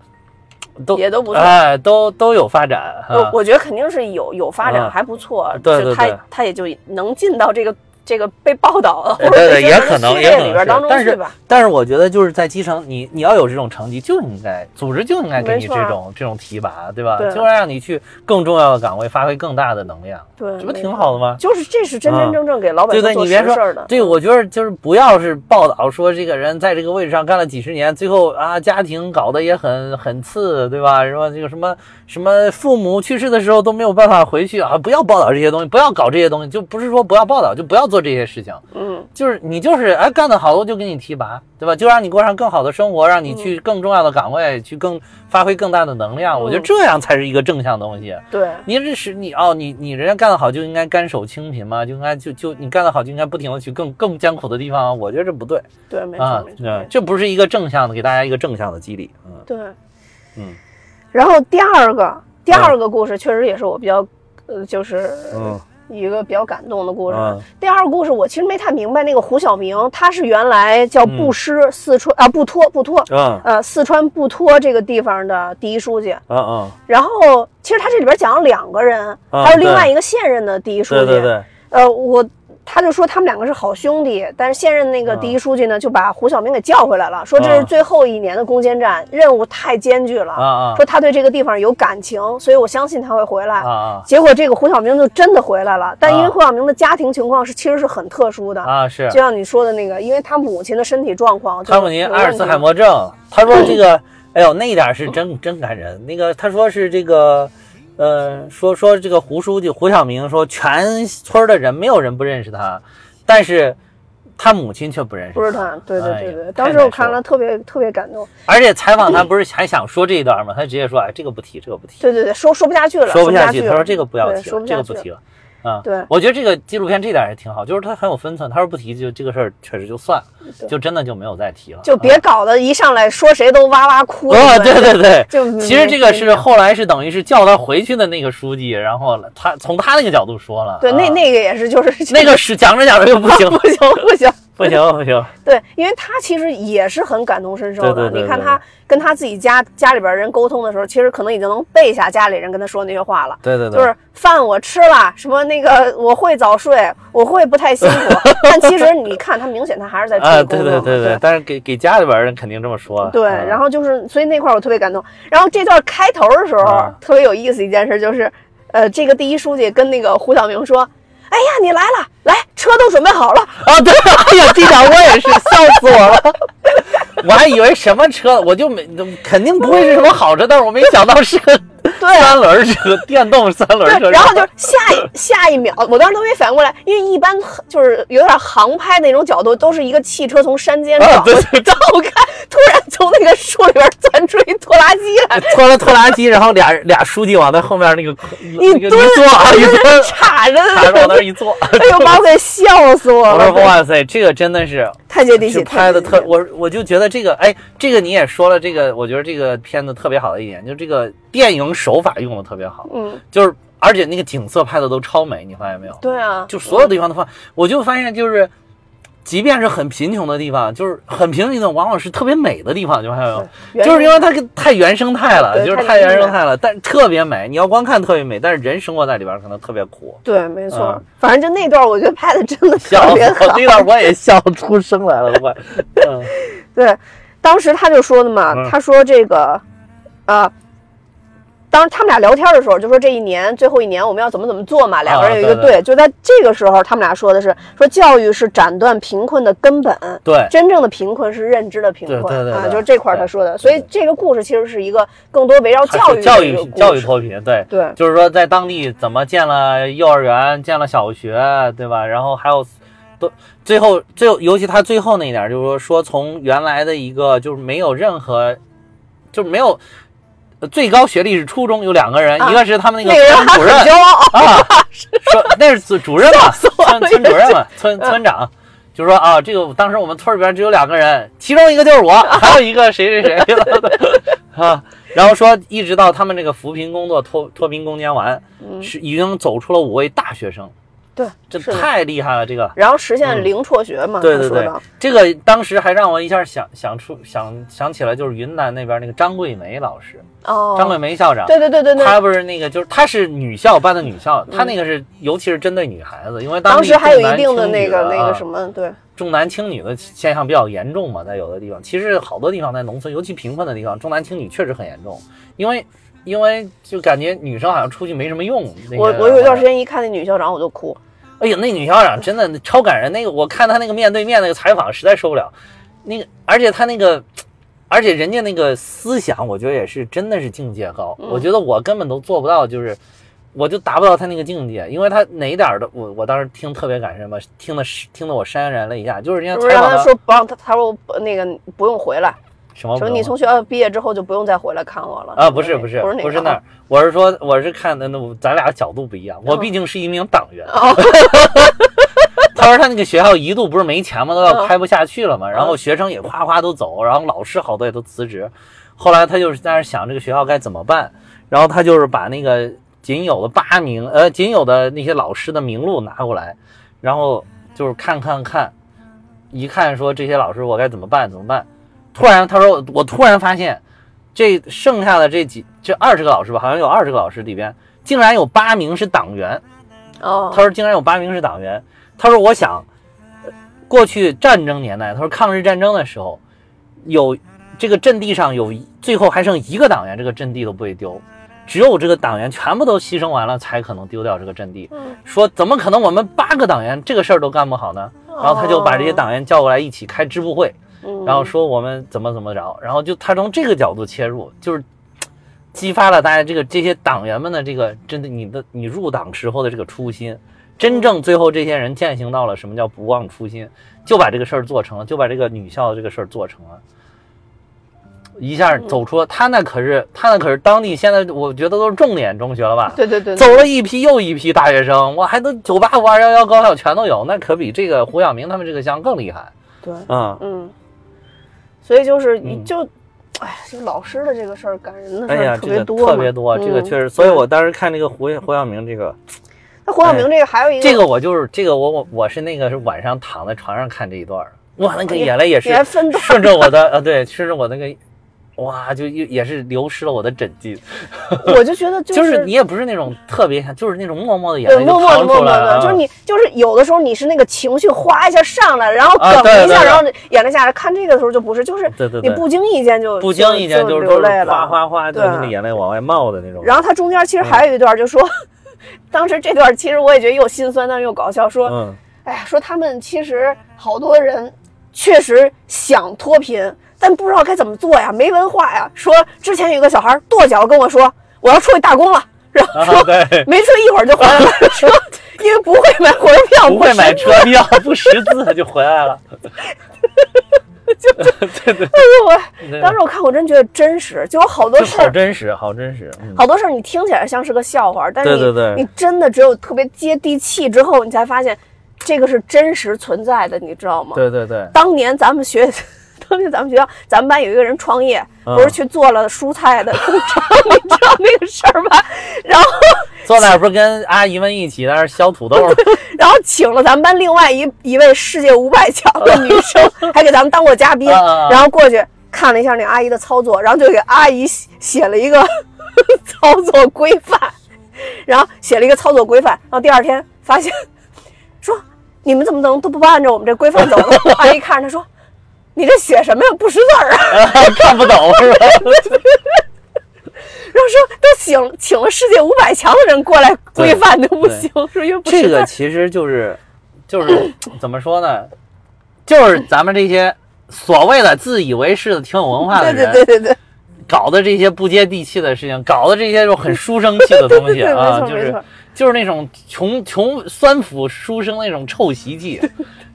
Speaker 2: 都
Speaker 1: 也都不错。
Speaker 2: 哎，都都有发展
Speaker 1: 呃
Speaker 2: 啊，
Speaker 1: 我觉得肯定是有有发展，
Speaker 2: 嗯
Speaker 1: 还不错。
Speaker 2: 对
Speaker 1: 就
Speaker 2: 对
Speaker 1: 他
Speaker 2: 对
Speaker 1: 他也就能进到这个这个被报 道
Speaker 2: 哎
Speaker 1: 或者
Speaker 2: 对对
Speaker 1: 被
Speaker 2: 也
Speaker 1: 宣
Speaker 2: 可
Speaker 1: 传的
Speaker 2: 能
Speaker 1: 序
Speaker 2: 也
Speaker 1: 列里边
Speaker 2: 可能是
Speaker 1: 当中
Speaker 2: 但
Speaker 1: 去
Speaker 2: 是
Speaker 1: 吧。
Speaker 2: 但是我觉得就是在基层，你你要有这种成绩，就应该组织就应该给你
Speaker 1: 没错
Speaker 2: 这种这种提拔，对吧？
Speaker 1: 对
Speaker 2: 就让你去更重要的岗位发挥更大的能量，
Speaker 1: 对，
Speaker 2: 这不
Speaker 1: 没
Speaker 2: 挺
Speaker 1: 错
Speaker 2: 好的吗？
Speaker 1: 就是这是真真正正给老百姓
Speaker 2: 啊对对，
Speaker 1: 做
Speaker 2: 你
Speaker 1: 实
Speaker 2: 别
Speaker 1: 事儿的嗯
Speaker 2: 说，。对，我觉得就是不要是报道说这个人在这个位置上干了几十年，最后啊家庭搞得也很很次，对吧？什么这个什么什么父母去世的时候都没有办法回去啊，不要报道这些东西，不要搞这些东西，就不是说不要报道，就不要做这些事情，
Speaker 1: 嗯
Speaker 2: 就是你就是哎干得好，我就给你提拔，对吧？就让你过上更好的生活，让
Speaker 1: 嗯
Speaker 2: 你去更重要的岗位，去更发挥更大的能量。我觉
Speaker 1: 嗯
Speaker 2: 得这样才是一个正向的东西。啊
Speaker 1: 对，
Speaker 2: 你这是你哦，你你人家干得好就应该甘守清贫嘛，就应该就就你干得好就应该不停的去更更艰苦的地方，啊我觉得这不对
Speaker 1: 对，没
Speaker 2: 啊
Speaker 1: 错，没，错。
Speaker 2: 嗯，这不是一个正向的，给大家一个正向的激励，嗯
Speaker 1: 对，
Speaker 2: 嗯。
Speaker 1: 然后第二个，第二个故事确实也是我比较，呃，就是
Speaker 2: 嗯
Speaker 1: 一个比较感动的故事。
Speaker 2: 嗯
Speaker 1: 第二个故事我其实没太明白，那个胡晓明他是原来叫布施四川啊布托布托，
Speaker 2: 嗯
Speaker 1: 呃四川布托这个地方的第一书记。
Speaker 2: 嗯嗯，
Speaker 1: 然后其实他这里边讲了两个人，
Speaker 2: 啊
Speaker 1: 还有另外
Speaker 2: 对
Speaker 1: 一个现任的第一书记。
Speaker 2: 对对对，
Speaker 1: 呃，我他就说他们两个是好兄弟，但是现任那个
Speaker 2: 嗯
Speaker 1: 第一书记呢，就把胡晓明给叫回来了，说这是
Speaker 2: 嗯
Speaker 1: 最后一年的攻坚战，任务太艰巨了，
Speaker 2: 啊啊
Speaker 1: 说他对这个地方有感情，所以我相信他会回来。
Speaker 2: 啊啊
Speaker 1: 结果这个胡晓明就真的回来了，但因为
Speaker 2: 啊
Speaker 1: 胡晓明的家庭情况是其实是很特殊的，
Speaker 2: 啊是
Speaker 1: 就，像你说的那个，因为他母亲的身体状况，
Speaker 2: 汤姆尼阿尔茨海，默症，他说这个， 哎呦那一点是真真感人，那个他说是这个。呃，说说这个胡书记胡晓明说，全村的人没有人不认识他，但是他母亲却不认识。
Speaker 1: 不是他，对对
Speaker 2: 哎
Speaker 1: 对
Speaker 2: 呀
Speaker 1: 对，
Speaker 2: 太
Speaker 1: 当时
Speaker 2: 难
Speaker 1: 我看
Speaker 2: 受
Speaker 1: 了
Speaker 2: 了
Speaker 1: 特别特别感动，
Speaker 2: 而且采访他不是还想说这一段吗？他直接说，哎，这个不提，这个不提，
Speaker 1: 对对对，说说不下去了，
Speaker 2: 说不
Speaker 1: 下
Speaker 2: 下去。他说
Speaker 1: 了
Speaker 2: 这个不要
Speaker 1: 对
Speaker 2: 提
Speaker 1: 说
Speaker 2: 了，
Speaker 1: 不
Speaker 2: 这
Speaker 1: 下
Speaker 2: 个
Speaker 1: 去
Speaker 2: 不
Speaker 1: 了
Speaker 2: 提了。啊，
Speaker 1: 对
Speaker 2: 我觉得这个纪录片这点也挺好，就是他很有分寸。他说不提就这个事儿，确实就算
Speaker 1: 对
Speaker 2: 了，就真的就没有再提了，
Speaker 1: 就别搞得一上来说谁都哇哇哭。
Speaker 2: 啊哦，对对对，
Speaker 1: 就没
Speaker 2: 其实这个
Speaker 1: 没
Speaker 2: 是后来是等于是叫他回去的那个书记，然后他从他那个角度说了，
Speaker 1: 对，那
Speaker 2: 啊
Speaker 1: 那个也是，就是，
Speaker 2: 那个是讲着讲着又不行
Speaker 1: 不行不行，
Speaker 2: 不行不行，
Speaker 1: 对，因为他其实也是很感同身受的。
Speaker 2: 对对对
Speaker 1: 你看
Speaker 2: 对
Speaker 1: 他跟他自己家家里边人沟通的时候，其实可能已经能背下家里人跟他说那些话了。
Speaker 2: 对对对，
Speaker 1: 就是饭我吃了，什么那个我会早睡，我会不太辛苦， 但其实你看他明显他还是在注
Speaker 2: 啊，
Speaker 1: 意
Speaker 2: 对
Speaker 1: 工作
Speaker 2: 对
Speaker 1: 嘛，
Speaker 2: 对对，但是给给家里边人肯定这么说了，
Speaker 1: 对，
Speaker 2: 啊
Speaker 1: 然后就是，所以那块儿我特别感动。然后这段开头的时候，
Speaker 2: 啊
Speaker 1: 特别有意思一件事就是，呃，这个第一书记跟那个胡晓明说：“哎呀，你来了，来，车都准备好了。
Speaker 2: 啊，对，哎呀，这场我也是，笑死我了。 我还以为什么车，我就没肯定不会是什么好车，但是我没想到是个
Speaker 1: 对啊
Speaker 2: 三轮车，电动三”轮 车。
Speaker 1: 对，然后就下一下一秒，我当时都没反应过来，因为一般就是有点航拍那种角度，都是一个汽车从山间
Speaker 2: 啊
Speaker 1: 转
Speaker 2: 对
Speaker 1: 过去，照开，突然从那个树里边钻出一拖拉机来，
Speaker 2: 拖了拖拉机，然后俩俩书记往那后面那个
Speaker 1: 一
Speaker 2: 那个
Speaker 1: 蹲
Speaker 2: 一坐 啊，一蹲，
Speaker 1: 插着，
Speaker 2: 还是往那儿一 坐。
Speaker 1: 哎呦，把我给笑死我
Speaker 2: 我
Speaker 1: 了
Speaker 2: 说，哇塞，这个真的是
Speaker 1: 太接地气，
Speaker 2: 是
Speaker 1: 太
Speaker 2: 拍的
Speaker 1: 接地
Speaker 2: 特
Speaker 1: 气，
Speaker 2: 我我就觉得这个，哎，这个你也说了，这个我觉得这个片子特别好的一点，就这个电影手法用的特别好，
Speaker 1: 嗯，
Speaker 2: 就是而且那个景色拍的都超美，你发现没有？
Speaker 1: 对啊，
Speaker 2: 就所有地方的话，我就发现就是，即便是很贫穷的地方，就是很贫穷的地方，往往是特别美的地方，就还有，
Speaker 1: 嗯原
Speaker 2: 就是因为它跟太原生态了，
Speaker 1: 对
Speaker 2: 就是
Speaker 1: 太
Speaker 2: 太
Speaker 1: 原
Speaker 2: 原
Speaker 1: 生
Speaker 2: 生态了，但是特别美。你要光看特别美，但是人生活在里边儿可能特别 苦。
Speaker 1: 对，没错，
Speaker 2: 嗯
Speaker 1: 反正就那段我觉得拍的真的
Speaker 2: 笑
Speaker 1: 特
Speaker 2: 死
Speaker 1: 别
Speaker 2: 我
Speaker 1: 好。
Speaker 2: 这段我也笑出声来了，快。嗯
Speaker 1: 对，当时他就说的嘛，
Speaker 2: 嗯
Speaker 1: 他说这个，啊、当时他们俩聊天的时候就说这一年最后一年我们要怎么怎么做嘛，两个人有一个
Speaker 2: 啊对对
Speaker 1: 就在这个时候他们俩说的是说教育是斩断贫困的根本。
Speaker 2: 对
Speaker 1: 真正的贫困是认知的贫困
Speaker 2: 对对对
Speaker 1: 啊，
Speaker 2: 对
Speaker 1: 就是这块儿他说的，所以这个故事其实是一个更多围绕
Speaker 2: 它
Speaker 1: 教
Speaker 2: 是
Speaker 1: 育
Speaker 2: 教
Speaker 1: 的一个
Speaker 2: 育
Speaker 1: 故
Speaker 2: 教育
Speaker 1: 事
Speaker 2: 脱贫，对。
Speaker 1: 对
Speaker 2: 就是说，在当地怎么建了幼儿园，建了小学，对吧？然后还有，都最后最后，尤其他最后那一点，就是说，说从原来的一个就是没有任何，就是没有呃最高学历是初中，有两个人，
Speaker 1: 啊
Speaker 2: 一个是他们那
Speaker 1: 那个人
Speaker 2: 个
Speaker 1: 还很
Speaker 2: 村主任
Speaker 1: 骄 傲，
Speaker 2: 啊，说那是主主任嘛，
Speaker 1: 我嗯
Speaker 2: 村村主任嘛，村村长。就说啊，这个当时我们村里边只有两个人，其中一个就是我，还有一个谁谁 谁了啊。然后说，一直到他们这个扶贫工作脱脱贫攻坚完，
Speaker 1: 嗯，
Speaker 2: 是已经走出了五位大学生，
Speaker 1: 对，
Speaker 2: 这
Speaker 1: 是的
Speaker 2: 太厉害了！这个，
Speaker 1: 然后实现
Speaker 2: 嗯
Speaker 1: 零辍学嘛，
Speaker 2: 对
Speaker 1: 他
Speaker 2: 对
Speaker 1: 说
Speaker 2: 对
Speaker 1: 的，，
Speaker 2: 这个当时还让我一下想想出想想起来，就是云南那边那个张桂梅老师，
Speaker 1: 哦，
Speaker 2: 张桂梅校长，
Speaker 1: 对对对对对，
Speaker 2: 她不是那个，就是她是女校办的女校，她那个是尤其是针对女孩子，因为
Speaker 1: 嗯当
Speaker 2: 地
Speaker 1: 时还有
Speaker 2: 重
Speaker 1: 一
Speaker 2: 男
Speaker 1: 定的
Speaker 2: 轻
Speaker 1: 那
Speaker 2: 女
Speaker 1: 个那个
Speaker 2: 啊
Speaker 1: 什么，对
Speaker 2: 重男轻女的现象比较严重嘛，在有的地方，其实好多地方在农村，尤其贫困的地方，重男轻女确实很严重，因为因为就感觉女生好像出去没什么用。那
Speaker 1: 我
Speaker 2: 些
Speaker 1: 我有一段时间一看那女校长我就哭，
Speaker 2: 哎呀，那女校长真的超感人。那个我看她那个面对面那个采访，实在受不了。那个，而且她那个，而且人家那个思想，我觉得也是真的是境界高。
Speaker 1: 嗯
Speaker 2: 我觉得我根本都做不到，就是我就达不到他那个境界，因为他哪一点儿的，我我当时听特别感人吧，听的是听得我潸然泪下，就是人家
Speaker 1: 不是
Speaker 2: 采
Speaker 1: 让
Speaker 2: 访
Speaker 1: 他说不让他，他说我不那个不用回来，
Speaker 2: 什么
Speaker 1: 什么
Speaker 2: 文
Speaker 1: 你
Speaker 2: 化
Speaker 1: 从学校毕业之后就不用再回来看我了
Speaker 2: 啊，不是不是
Speaker 1: 不是
Speaker 2: 不
Speaker 1: 个啊
Speaker 2: 是那儿，我是说我是看的那我咱俩角度不一样，我
Speaker 1: 嗯
Speaker 2: 毕竟是一名党员。
Speaker 1: 哦
Speaker 2: 他说他那个学校一度不是没钱吗？都要
Speaker 1: 嗯
Speaker 2: 开不下去了嘛，然后学生也哗哗都走，然后老师好多也都辞职。后来他就是在那儿想这个学校该怎么办，然后他就是把那个仅有的八名呃仅有的那些老师的名录拿过来，然后就是看看看，一看说这些老师我该怎么办怎么办。突然他说我突然发现，这剩下的这几这二十个老师吧，好像有二十个老师里边竟然有八名是党员。
Speaker 1: 哦
Speaker 2: 他说竟然有八名是党员。他说我想，呃过去战争年代，他说抗日战争的时候，有这个阵地上有一最后还剩一个党员，这个阵地都不会丢，只有这个党员全部都牺牲完了，才可能丢掉这个阵地。
Speaker 1: 嗯
Speaker 2: 说怎么可能我们八个党员这个事儿都干不好呢？
Speaker 1: 哦
Speaker 2: 然后他就把这些党员叫过来一起开支部会，
Speaker 1: 嗯
Speaker 2: 然后说我们怎么怎么着，然后就他从这个角度切入，就是嘖激发了大家这个这些党员们的这个真的你的你入党时候的这个初心，真正最后这些人践行到了什么叫不忘初心，就把这个事儿做成了，就把这个女校的这个事儿做成了。一下
Speaker 1: 嗯
Speaker 2: 走出了，他那可是他那可是当地现在我觉得都是重点中学了吧？
Speaker 1: 对对对，对
Speaker 2: 走了一批又一批大学生，我还都九八五、二幺幺高校全都有，那可比这个胡晓明他们这个乡更厉害。
Speaker 1: 对，
Speaker 2: 嗯，
Speaker 1: 嗯，所以就是你
Speaker 2: 嗯
Speaker 1: 就，哎，就老师的这个事儿感人的事
Speaker 2: 哎
Speaker 1: 儿
Speaker 2: 呀，
Speaker 1: 特
Speaker 2: 这
Speaker 1: 别
Speaker 2: 个
Speaker 1: 多嘛，
Speaker 2: 特别多，这个
Speaker 1: 嗯
Speaker 2: 确实。所以我当时看这个胡胡晓明这个，
Speaker 1: 那黄晓明这个还有一个，
Speaker 2: 哎这个我就是这个我我我是那个是晚上躺在床上看这一段儿，哇，
Speaker 1: 哎
Speaker 2: 那个眼泪也是
Speaker 1: 你还 分段
Speaker 2: 顺着我的呃对，顺着我那个，哇，就也也是流失了我的枕巾，
Speaker 1: 我就觉得
Speaker 2: 就是是你也不是那种特别，就是那种默默的眼
Speaker 1: 对，
Speaker 2: 泪就
Speaker 1: 呃默默的
Speaker 2: 淌
Speaker 1: 默
Speaker 2: 出
Speaker 1: 默
Speaker 2: 来啊
Speaker 1: 的，
Speaker 2: 了，
Speaker 1: 就是你，就是有的时候你是那个情绪哗一下上来，然后
Speaker 2: 啊
Speaker 1: 梗
Speaker 2: 对
Speaker 1: 一下，
Speaker 2: 对
Speaker 1: 然后眼泪下来。看这个的时候就不是，就是
Speaker 2: 对对
Speaker 1: 你
Speaker 2: 对
Speaker 1: 不经意间就
Speaker 2: 不经意间
Speaker 1: 就
Speaker 2: 就是
Speaker 1: 流
Speaker 2: 都是
Speaker 1: 泪
Speaker 2: 哗
Speaker 1: 了。
Speaker 2: 哗哗，就是那个眼泪往外冒的那种。
Speaker 1: 然后它中间其实还有一段，就说，
Speaker 2: 嗯
Speaker 1: 当时这段其实我也觉得又心酸，但是又搞笑，说，
Speaker 2: 嗯，
Speaker 1: 哎呀，说他们其实好多人确实想脱贫，但不知道该怎么做呀，没文化呀。说之前有个小孩跺脚跟我说，我要出去打工了，然后
Speaker 2: 啊
Speaker 1: 说、
Speaker 2: 对，
Speaker 1: 没事一会儿就回来了， 说因为不会买火车票，
Speaker 2: 不会买车票，不识字他就回来了。
Speaker 1: 我哎
Speaker 2: 对
Speaker 1: 呦我当时我看我真觉得真实，就有好多
Speaker 2: 就
Speaker 1: 事
Speaker 2: 好
Speaker 1: 儿，
Speaker 2: 真实，好真实。嗯
Speaker 1: 好多事儿你听起来像是个笑话，但是你
Speaker 2: 对对对
Speaker 1: 你真的只有特别接地气之后，你才发现这个是真实存在的，你知道吗？
Speaker 2: 对对对，
Speaker 1: 当年咱们学， 当年咱们学校，咱们班有一个人创业，
Speaker 2: 嗯
Speaker 1: 不是去做了蔬菜的工厂， 你知道那个事儿吧？然后，
Speaker 2: 坐那儿不是跟阿姨们一起在那儿 削土 豆吗？
Speaker 1: 然后请了咱们班另外一一位世界五百强的女 生，还给咱们当过嘉宾，
Speaker 2: 啊啊啊
Speaker 1: 然后过去看了一下那阿姨的操作，然后就给阿姨写写了一个 操作规范，然后写了一个操作规范，然后第二天发现说你们怎么能都不按照我们这规范走呢？阿姨看着他说。你这写什么呀？不识字儿啊！
Speaker 2: 看不懂是吧？
Speaker 1: 然后说都请请了世界五百强的人过来规范都不行，说因为不是
Speaker 2: 这个其实就是，就是怎么说呢？就是咱们这些所谓的自以为是的挺有文化的
Speaker 1: 对
Speaker 2: 人，
Speaker 1: 对对对对，
Speaker 2: 搞的这些不接地气的事情，搞的这些就很书生气的东西啊，
Speaker 1: 对对对没错
Speaker 2: 就
Speaker 1: 没
Speaker 2: 是
Speaker 1: 错
Speaker 2: 就是那种穷穷酸腐书生那种臭习气，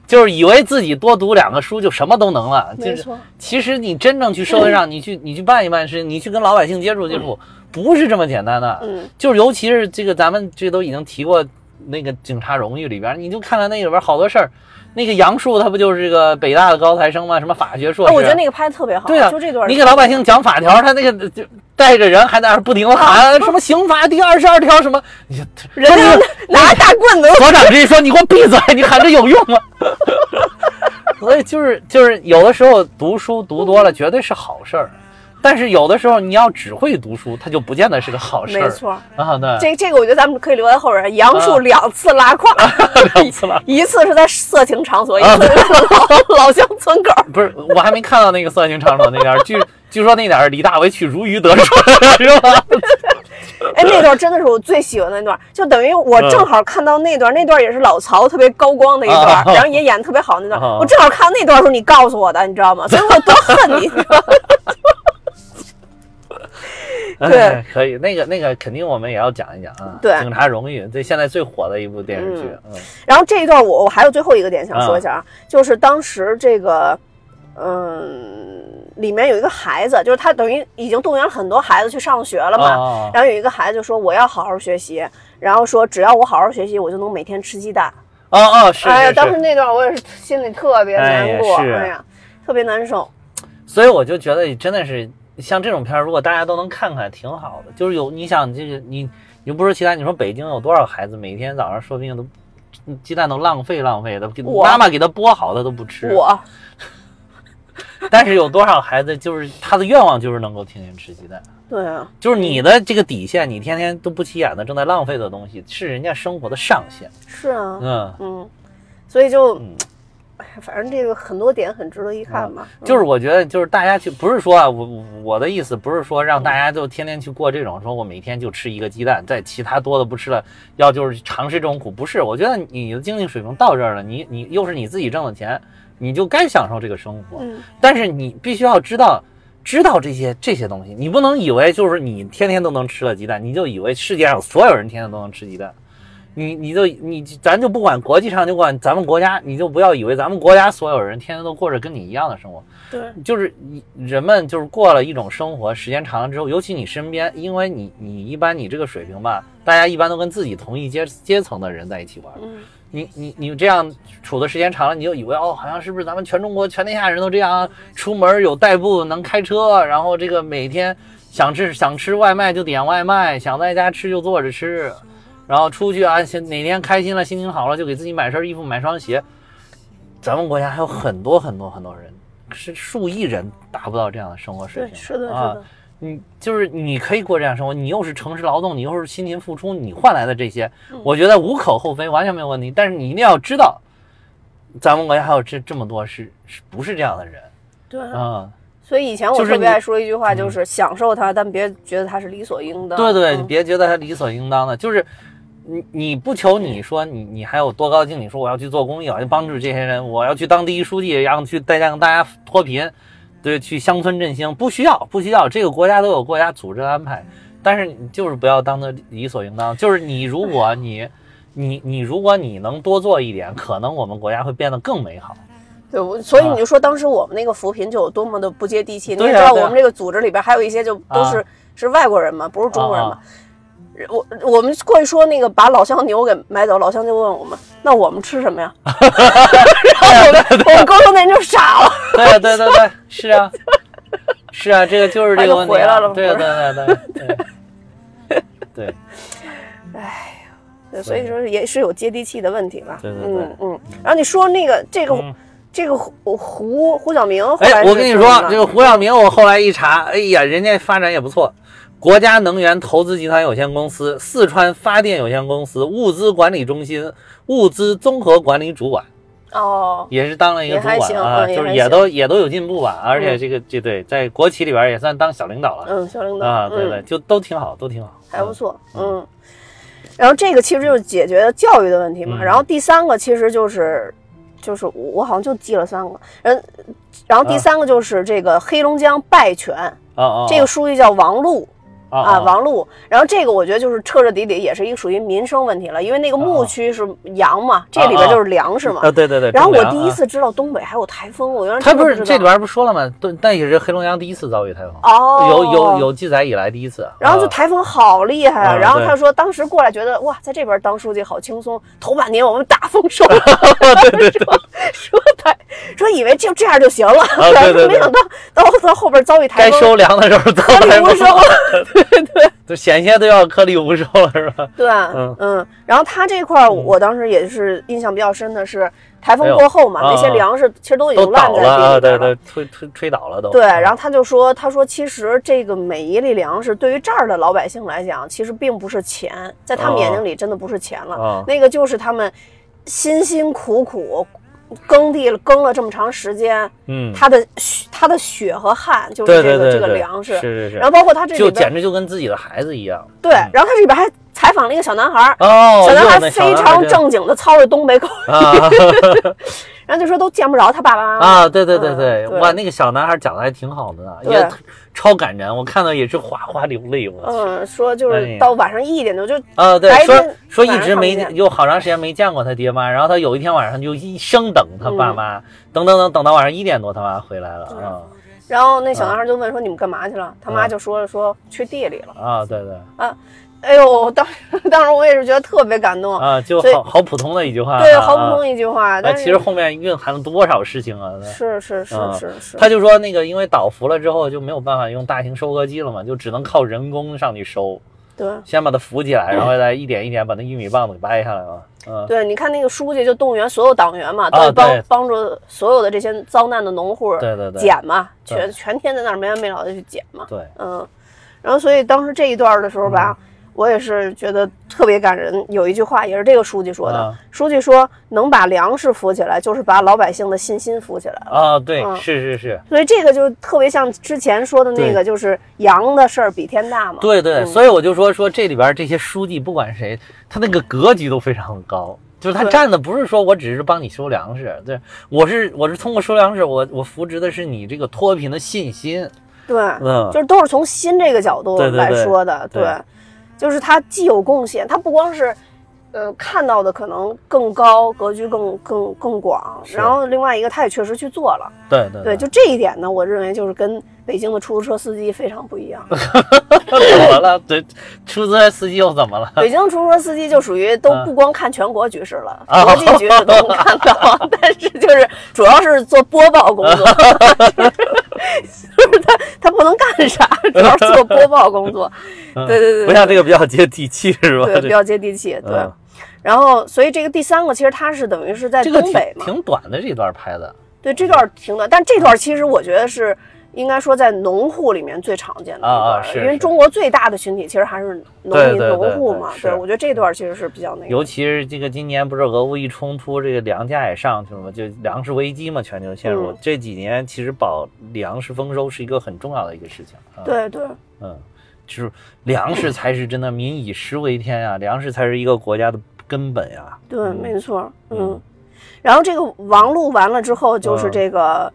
Speaker 2: 就是以为自己多读两个书就什么都能了，就
Speaker 1: 没
Speaker 2: 是
Speaker 1: 错。
Speaker 2: 其实你真正去社会 上，你去你去办一办事，你去跟老百姓接触接触，不是这么简单的。
Speaker 1: 嗯，
Speaker 2: 就是尤其是这个咱们这都已经提过那个警察荣誉里边，你就看到那里边好多事儿，那个杨树他不就是这个北大的高材生吗？什么法学硕
Speaker 1: 啊
Speaker 2: 士？
Speaker 1: 我觉得那个拍的特别好，
Speaker 2: 对啊，
Speaker 1: 就这段儿
Speaker 2: 你给老百姓讲法条，他那个就带着人还在那儿不停的
Speaker 1: 嗯
Speaker 2: 喊什么刑法第二十二条什么，你就
Speaker 1: 人
Speaker 2: 那
Speaker 1: 家
Speaker 2: 个
Speaker 1: 拿大棍子，
Speaker 2: 所长直接说：“你给我闭嘴！你喊这有用吗？” 所以就是就是有的时候读书读多了绝对是好事儿，但是有的时候你要只会读书，它就不见得是个好事儿。
Speaker 1: 没错儿。
Speaker 2: 啊，对，
Speaker 1: 这这个我觉得咱们可以留在后边儿。杨树
Speaker 2: 啊
Speaker 1: 两次拉胯，
Speaker 2: 两次了。
Speaker 1: 一次是在色情场所，一
Speaker 2: 啊
Speaker 1: 次是在老老乡村口儿。
Speaker 2: 不是，我还没看到那个色情场所那点儿，据据说那点儿李大为去如鱼得水，是吧？
Speaker 1: 哎，那段真的是我最喜欢的那段，就等于我
Speaker 2: 嗯
Speaker 1: 正好看到那段，那段也是老曹特别高光的一段
Speaker 2: 啊，
Speaker 1: 然后也演得特别好那段。
Speaker 2: 啊
Speaker 1: 我正好看到那段的时候，你 告诉我的，你知道吗？所以我多恨你。 对，
Speaker 2: 哎可以，那个那个肯定我们也要讲一讲啊。
Speaker 1: 对
Speaker 2: 警察荣誉，这现在最火的一部电视剧。嗯
Speaker 1: 然后这一段我我还有最后一个点想说一下啊，就是当时这个，嗯，里面有一个孩子，就是他等于已经动员了很多孩子去上学了嘛，
Speaker 2: 哦
Speaker 1: 然后有一个孩子就说我要好好学习，然后说只要我好好学习，我就能每天吃鸡蛋。
Speaker 2: 哦哦，是
Speaker 1: 哎呀，
Speaker 2: 是
Speaker 1: 当时
Speaker 2: 是。
Speaker 1: 那段我也是心里特别难过，
Speaker 2: 哎呀是
Speaker 1: 哎呀，特别难受。
Speaker 2: 所以我就觉得真的是像这种片儿，如果大家都能看看，挺好的。就是有你想这个你你不说其他，你说北京有多少孩子每天早上说不定都鸡蛋都浪费浪费的，给
Speaker 1: 我
Speaker 2: 妈妈给他剥好他都不吃。
Speaker 1: 我
Speaker 2: 但是有多少孩子就是他的愿望就是能够天天吃鸡蛋。
Speaker 1: 对啊，
Speaker 2: 就是你的这个底线，你天天都不起眼的正在浪费的东西，是人家生活的上限。
Speaker 1: 是啊，
Speaker 2: 嗯，
Speaker 1: 嗯，所以就
Speaker 2: 嗯，
Speaker 1: 哎呀，反正这个很多点很值得一看吧。嗯
Speaker 2: 就是我觉得，就是大家去，不是说啊，我我我的意思不是说让大家就天天去过这种，说我每天就吃一个鸡蛋，在其他多的不吃了，要就是尝试这种苦，不是。我觉得你的经济水平到这儿了，你你又是你自己挣的钱，你就该享受这个生活。
Speaker 1: 嗯，
Speaker 2: 但是你必须要知道，知道这些这些东西，你不能以为就是你天天都能吃了鸡蛋，你就以为世界上所有人天天都能吃鸡蛋，你你就你咱就不管国际上，就管咱们国家，你就不要以为咱们国家所有人天天都过着跟你一样的生活，
Speaker 1: 对，
Speaker 2: 就是你人们就是过了一种生活，时间长了之后，尤其你身边，因为你你一般你这个水平吧，大家一般都跟自己同一阶阶层的人在一起玩，
Speaker 1: 嗯，
Speaker 2: 你你你这样处的时间长了，你就以为哦，好像是不是咱们全中国全天下人都这样，啊出门有代步，能开车，然后这个每天想吃想吃外卖就点外卖，想在家吃就坐着吃，然后出去啊，先哪天开心了，心情好了就给自己买身衣服，买双鞋。咱们国家还有很多很多很多人，是数亿人达不到这样的生活水
Speaker 1: 对，
Speaker 2: 平。
Speaker 1: 是的，是
Speaker 2: 啊
Speaker 1: 的，
Speaker 2: 你就是你可以过这样生活，你又是城市劳动，你又是辛勤付出，你换来的这些
Speaker 1: 嗯，
Speaker 2: 我觉得无可厚非，完全没有问题。但是你一定要知道，咱们国家还有这这么多是是不是这样的人
Speaker 1: 对。
Speaker 2: 啊、
Speaker 1: 所以以前我
Speaker 2: 就是
Speaker 1: 特别
Speaker 2: 你嗯
Speaker 1: 爱说一句话，就是享受它，但别觉得它是理所应当。
Speaker 2: 对对，
Speaker 1: 嗯
Speaker 2: 你别觉得他理所应当的，就是你你不求你说你你还有多高兴，你说我要去做公益，我要去帮助这些人，我要去当第一书记，然后去带让大家脱贫，对，去乡村振兴，不需要不需要，这个国家都有国家组织安排。但是你就是不要当做理所应当，就是你如果你你你如果你能多做一点，可能我们国家会变得更美好。
Speaker 1: 对，我所以你就说当时我们那个扶贫就有多么的不接地气。你也
Speaker 2: 啊对
Speaker 1: 知
Speaker 2: 啊
Speaker 1: 道
Speaker 2: 对啊
Speaker 1: 我们这个组织里边还有一些就都是、
Speaker 2: 啊
Speaker 1: 是外国人嘛，不是中国人嘛
Speaker 2: 啊。
Speaker 1: 我我们过去说那个把老乡牛给买走，老乡就问我们，那我们吃什么呀？ 然后我 们我们沟通那人就傻了。
Speaker 2: 对啊对对对，是啊，是啊，这个就是这个问题
Speaker 1: 他就回来
Speaker 2: 啊、
Speaker 1: 了
Speaker 2: 对啊对啊对啊 对啊对对。
Speaker 1: 对，所以说也是有接地气的问题吧。
Speaker 2: 对对对
Speaker 1: 嗯嗯。然后你说那个这个、
Speaker 2: 嗯
Speaker 1: 这个胡胡胡晓明后来
Speaker 2: 哎，
Speaker 1: 是
Speaker 2: 我跟你
Speaker 1: 做什
Speaker 2: 说
Speaker 1: 么，的
Speaker 2: 这个胡晓明，我后来一查，哎呀，人家发展也不错。国家能源投资集团有限公司、四川发电有限公司物资管理中心物资综合管理主管，
Speaker 1: 哦，
Speaker 2: 也是当了一个
Speaker 1: 也
Speaker 2: 主
Speaker 1: 还
Speaker 2: 管
Speaker 1: 行
Speaker 2: 啊，
Speaker 1: 嗯也
Speaker 2: 就是
Speaker 1: 还
Speaker 2: 也
Speaker 1: 行
Speaker 2: 都也都有进步吧。而且这个这对在国企里边也算当小领导了、
Speaker 1: 嗯，小领导
Speaker 2: 啊，对
Speaker 1: 嗯
Speaker 2: 对，就都挺好，都挺好，
Speaker 1: 还不错，嗯。然后这个其实就是解决教育的问题嘛。
Speaker 2: 嗯
Speaker 1: 然后第三个其实就是，就是我我好像就记了三个，然然后第
Speaker 2: 啊
Speaker 1: 三个就是这个黑龙江拜泉，
Speaker 2: 啊啊，
Speaker 1: 这个书记叫王璐
Speaker 2: 啊
Speaker 1: 啊，王璐。然后这个我觉得就是彻彻底底也是一个属于民生问题了，因为
Speaker 2: 哦
Speaker 1: 那个牧区是羊嘛，这里边就是粮食嘛。
Speaker 2: 啊，对对对。
Speaker 1: 然后
Speaker 2: 中
Speaker 1: 我
Speaker 2: 粮
Speaker 1: 第一
Speaker 2: 啊
Speaker 1: 次知道东北还有台风，我原来
Speaker 2: 他
Speaker 1: 真的不
Speaker 2: 不是
Speaker 1: 知道
Speaker 2: 这里边不是说了吗？对，但也是黑龙江第一次遭遇台风，
Speaker 1: 哦，
Speaker 2: 有有。有记载以来第一次。
Speaker 1: 然后就
Speaker 2: 啊
Speaker 1: 台风好厉害啊！
Speaker 2: 嗯
Speaker 1: 然后
Speaker 2: 对
Speaker 1: 他说，当时过来觉得哇，在这边当书记好轻松，头半年我们大丰收， 说说台说以为就这样就行了，
Speaker 2: 对啊对对
Speaker 1: 没想到到到后边遭遇台
Speaker 2: 该
Speaker 1: 风，
Speaker 2: 收粮的时候都
Speaker 1: 颗粒
Speaker 2: 还
Speaker 1: 无
Speaker 2: 不
Speaker 1: 收，
Speaker 2: 就险些都要颗粒无收了，是吧？
Speaker 1: 对，
Speaker 2: 嗯
Speaker 1: 嗯。然后他这块儿，我当时也是印象比较深的是，台风过后嘛，
Speaker 2: 哎呦
Speaker 1: 那些
Speaker 2: 啊
Speaker 1: 粮食其实都已
Speaker 2: 都
Speaker 1: 经烂
Speaker 2: 倒
Speaker 1: 在
Speaker 2: 了
Speaker 1: 地
Speaker 2: 啊，
Speaker 1: 里边
Speaker 2: 对
Speaker 1: 了
Speaker 2: 对，。吹吹吹倒了都。
Speaker 1: 对，然后他就说，他说其实这个每一粒粮食对于这儿的老百姓来讲，其实并不是钱，在他们
Speaker 2: 啊
Speaker 1: 眼睛里真的不是钱了，
Speaker 2: 哦
Speaker 1: 那个就是他们辛辛苦苦耕地了耕了这么长时间，
Speaker 2: 嗯，
Speaker 1: 他的血他的血和汗就是这
Speaker 2: 对
Speaker 1: 个
Speaker 2: 对对对，
Speaker 1: 这个粮食，
Speaker 2: 是是是，
Speaker 1: 然后包括他这里
Speaker 2: 就
Speaker 1: 边
Speaker 2: 简直就跟自己的孩子一样。
Speaker 1: 对，然后他这里边还采采访了一个小男孩儿，
Speaker 2: 哦，
Speaker 1: 小男孩
Speaker 2: 又
Speaker 1: 儿非
Speaker 2: 那小男
Speaker 1: 常
Speaker 2: 孩就
Speaker 1: 正经的操着东北口，
Speaker 2: 啊
Speaker 1: 然后就说都见不着他爸爸妈妈。
Speaker 2: 啊，对对对
Speaker 1: 嗯
Speaker 2: 对，
Speaker 1: 对
Speaker 2: 哇，那个小男孩讲的还挺好的呢，
Speaker 1: 对
Speaker 2: 也超感人，我看到也是哗哗流泪，我去。
Speaker 1: 嗯，说就
Speaker 2: 哎
Speaker 1: 是
Speaker 2: 呀
Speaker 1: 到晚上一点多就
Speaker 2: 啊，对
Speaker 1: 白，
Speaker 2: 说
Speaker 1: 天
Speaker 2: 说
Speaker 1: 晚
Speaker 2: 一
Speaker 1: 上
Speaker 2: 直
Speaker 1: 看
Speaker 2: 没
Speaker 1: 不见
Speaker 2: 有好长时间没见过他爹妈，然后他有一天晚上就一生等他
Speaker 1: 嗯
Speaker 2: 爸妈，等等等等到晚上一点多他妈回来了啊
Speaker 1: 然后那小男孩就问说：“你们干嘛去了？”他
Speaker 2: 啊
Speaker 1: 妈就说了：“说去地里了。
Speaker 2: 啊，对对”
Speaker 1: 哎呦，当时 当时我也是觉得特别感动，
Speaker 2: 啊，就
Speaker 1: 哦所以
Speaker 2: 好好普通的一句话，
Speaker 1: 对，
Speaker 2: 啊
Speaker 1: 毫不
Speaker 2: 啊
Speaker 1: 通一句话。
Speaker 2: 啊，
Speaker 1: 但
Speaker 2: 其
Speaker 1: 是
Speaker 2: 实后面蕴含了多少事情啊！对
Speaker 1: 是是是
Speaker 2: 嗯
Speaker 1: 是是，
Speaker 2: 他就说那个，因为倒伏了之后就没有办法用大型收割机了嘛，就只能靠人工上去收，
Speaker 1: 对
Speaker 2: 先把它扶起来，然后再一点一点把那玉米棒子给掰下来嘛。嗯，
Speaker 1: 对，你看那个书记就动员所有党员嘛，都
Speaker 2: 啊
Speaker 1: 是帮、
Speaker 2: 对
Speaker 1: 帮助所有的这些遭难的农户
Speaker 2: 对对对，
Speaker 1: 捡嘛，
Speaker 2: 对
Speaker 1: 全全天在那儿没完没了的去捡嘛。
Speaker 2: 对，
Speaker 1: 嗯，然后所以当时这一段的时候
Speaker 2: 嗯
Speaker 1: 吧，我也是觉得特别感人。有一句话也是这个书记说的，
Speaker 2: 啊
Speaker 1: 书记说能把粮食扶起来，就是把老百姓的信心扶起来了。
Speaker 2: 啊，对，
Speaker 1: 嗯
Speaker 2: 是是是，
Speaker 1: 所以这个就特别像之前说的那
Speaker 2: 对
Speaker 1: 个，就是羊的事儿比天大嘛。
Speaker 2: 对对，
Speaker 1: 嗯
Speaker 2: 所以我就说说这里边这些书记，不管谁，他那个格局都非常的高。就是他
Speaker 1: 对
Speaker 2: 站的不是说我只是帮你收粮食，对我是我是通过收粮食，我我扶植的是你这个脱贫的信心，
Speaker 1: 对，
Speaker 2: 嗯，
Speaker 1: 就是都是从心这个角度
Speaker 2: 对对
Speaker 1: 来
Speaker 2: 对
Speaker 1: 说的。
Speaker 2: 对
Speaker 1: 就是他既有贡献，他不光是。呃，看到的可能更高，格局更更更广。
Speaker 2: 是
Speaker 1: 然后另外一个，他也确实去做了。
Speaker 2: 对对
Speaker 1: 对，就这一点呢，我认为就是跟北京的出租车司机非常不一样。
Speaker 2: 怎么了？对，出租车司机又怎么了？
Speaker 1: 北京出租车司机就属于都
Speaker 2: 啊
Speaker 1: 不光看全国局势了，
Speaker 2: 啊
Speaker 1: 国际局势都能看到， 但是就是主要是做播报工作，就是就是他他不能干啥，主要是做播报工 作，
Speaker 2: 对
Speaker 1: 对对对
Speaker 2: 不像这个比较接地气是吧？
Speaker 1: 对，比
Speaker 2: 这
Speaker 1: 较接地气，对。
Speaker 2: 嗯
Speaker 1: 然后，所以这个第三个其实他是等于是在
Speaker 2: 这个
Speaker 1: 东
Speaker 2: 挺
Speaker 1: 北嘛，
Speaker 2: 挺短的这段拍的，
Speaker 1: 对这段挺短，但这段其实我觉得是应该说在农户里面最常见的一段
Speaker 2: 啊啊
Speaker 1: 了
Speaker 2: 是
Speaker 1: 因为
Speaker 2: 是
Speaker 1: 中国最大的群体其实还是农
Speaker 2: 对
Speaker 1: 民
Speaker 2: 对对
Speaker 1: 农户
Speaker 2: 对
Speaker 1: 嘛。
Speaker 2: 是
Speaker 1: 我觉得这段其实是比较那个，
Speaker 2: 尤其是这个今年不是俄乌一冲突，这个粮价也上去了嘛，就粮食危机嘛，全球陷入。
Speaker 1: 嗯
Speaker 2: 这几年其实保粮食丰收是一个很重要的一个事情。啊，
Speaker 1: 对对
Speaker 2: 嗯，就是粮食才是真的民以食为天啊，粮食才是一个国家的根本呀、
Speaker 1: 对，
Speaker 2: 嗯
Speaker 1: 没错，嗯。
Speaker 2: 嗯
Speaker 1: 然后这个王璐完了之后，就是
Speaker 2: 嗯
Speaker 1: 这个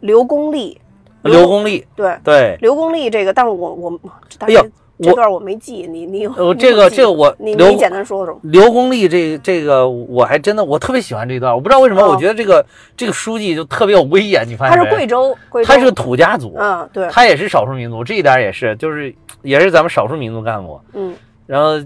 Speaker 1: 刘公立，
Speaker 2: 刘公立，
Speaker 1: 对
Speaker 2: 对，
Speaker 1: 刘公立这个，但是我我这大
Speaker 2: 哎呦
Speaker 1: 概这
Speaker 2: 我
Speaker 1: 段我没记，你你有
Speaker 2: 呃，
Speaker 1: 你
Speaker 2: 这
Speaker 1: 有
Speaker 2: 个
Speaker 1: 记
Speaker 2: 这个我
Speaker 1: 你
Speaker 2: 刘
Speaker 1: 你简单说说，
Speaker 2: 刘公立这这个我还真的我特别喜欢这一段，我不知道为什么，
Speaker 1: 哦
Speaker 2: 我觉得这个这个书记就特别有威严，你发
Speaker 1: 他
Speaker 2: 现
Speaker 1: 是
Speaker 2: 没？
Speaker 1: 贵州，贵州，
Speaker 2: 他是个土家族，
Speaker 1: 嗯，对，
Speaker 2: 他也是少数民族，这一点也是，就是也是咱们少数民族干部。
Speaker 1: 嗯，
Speaker 2: 然后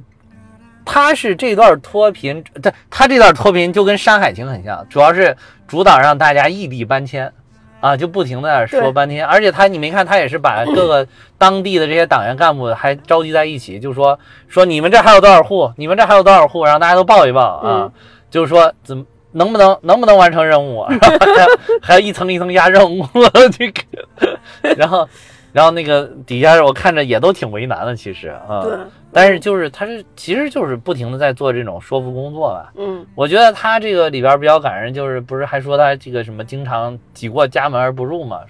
Speaker 2: 他是这段脱贫，他他这段脱贫就跟《山海情》很像，主要是主导让大家异地搬迁。啊，就不停的说
Speaker 1: 对
Speaker 2: 搬迁，而且他你没看，他也是把各个当地的这些党员干部还召集在一起，就说说你们这还有多少户，你们这还有多少户，让大家都报一报啊，
Speaker 1: 嗯
Speaker 2: 就是说怎么能不能能不能完成任务， 然后还要还要一层一层压任务，这个，然后然后那个底下我看着也都挺为难的，其实啊，
Speaker 1: 对，
Speaker 2: 但是就是他是其实就是不停的在做这种说服工作吧。
Speaker 1: 嗯，
Speaker 2: 我觉得他这个里边比较感人，就是不是还说他这个什么经常挤过家门而不入嘛？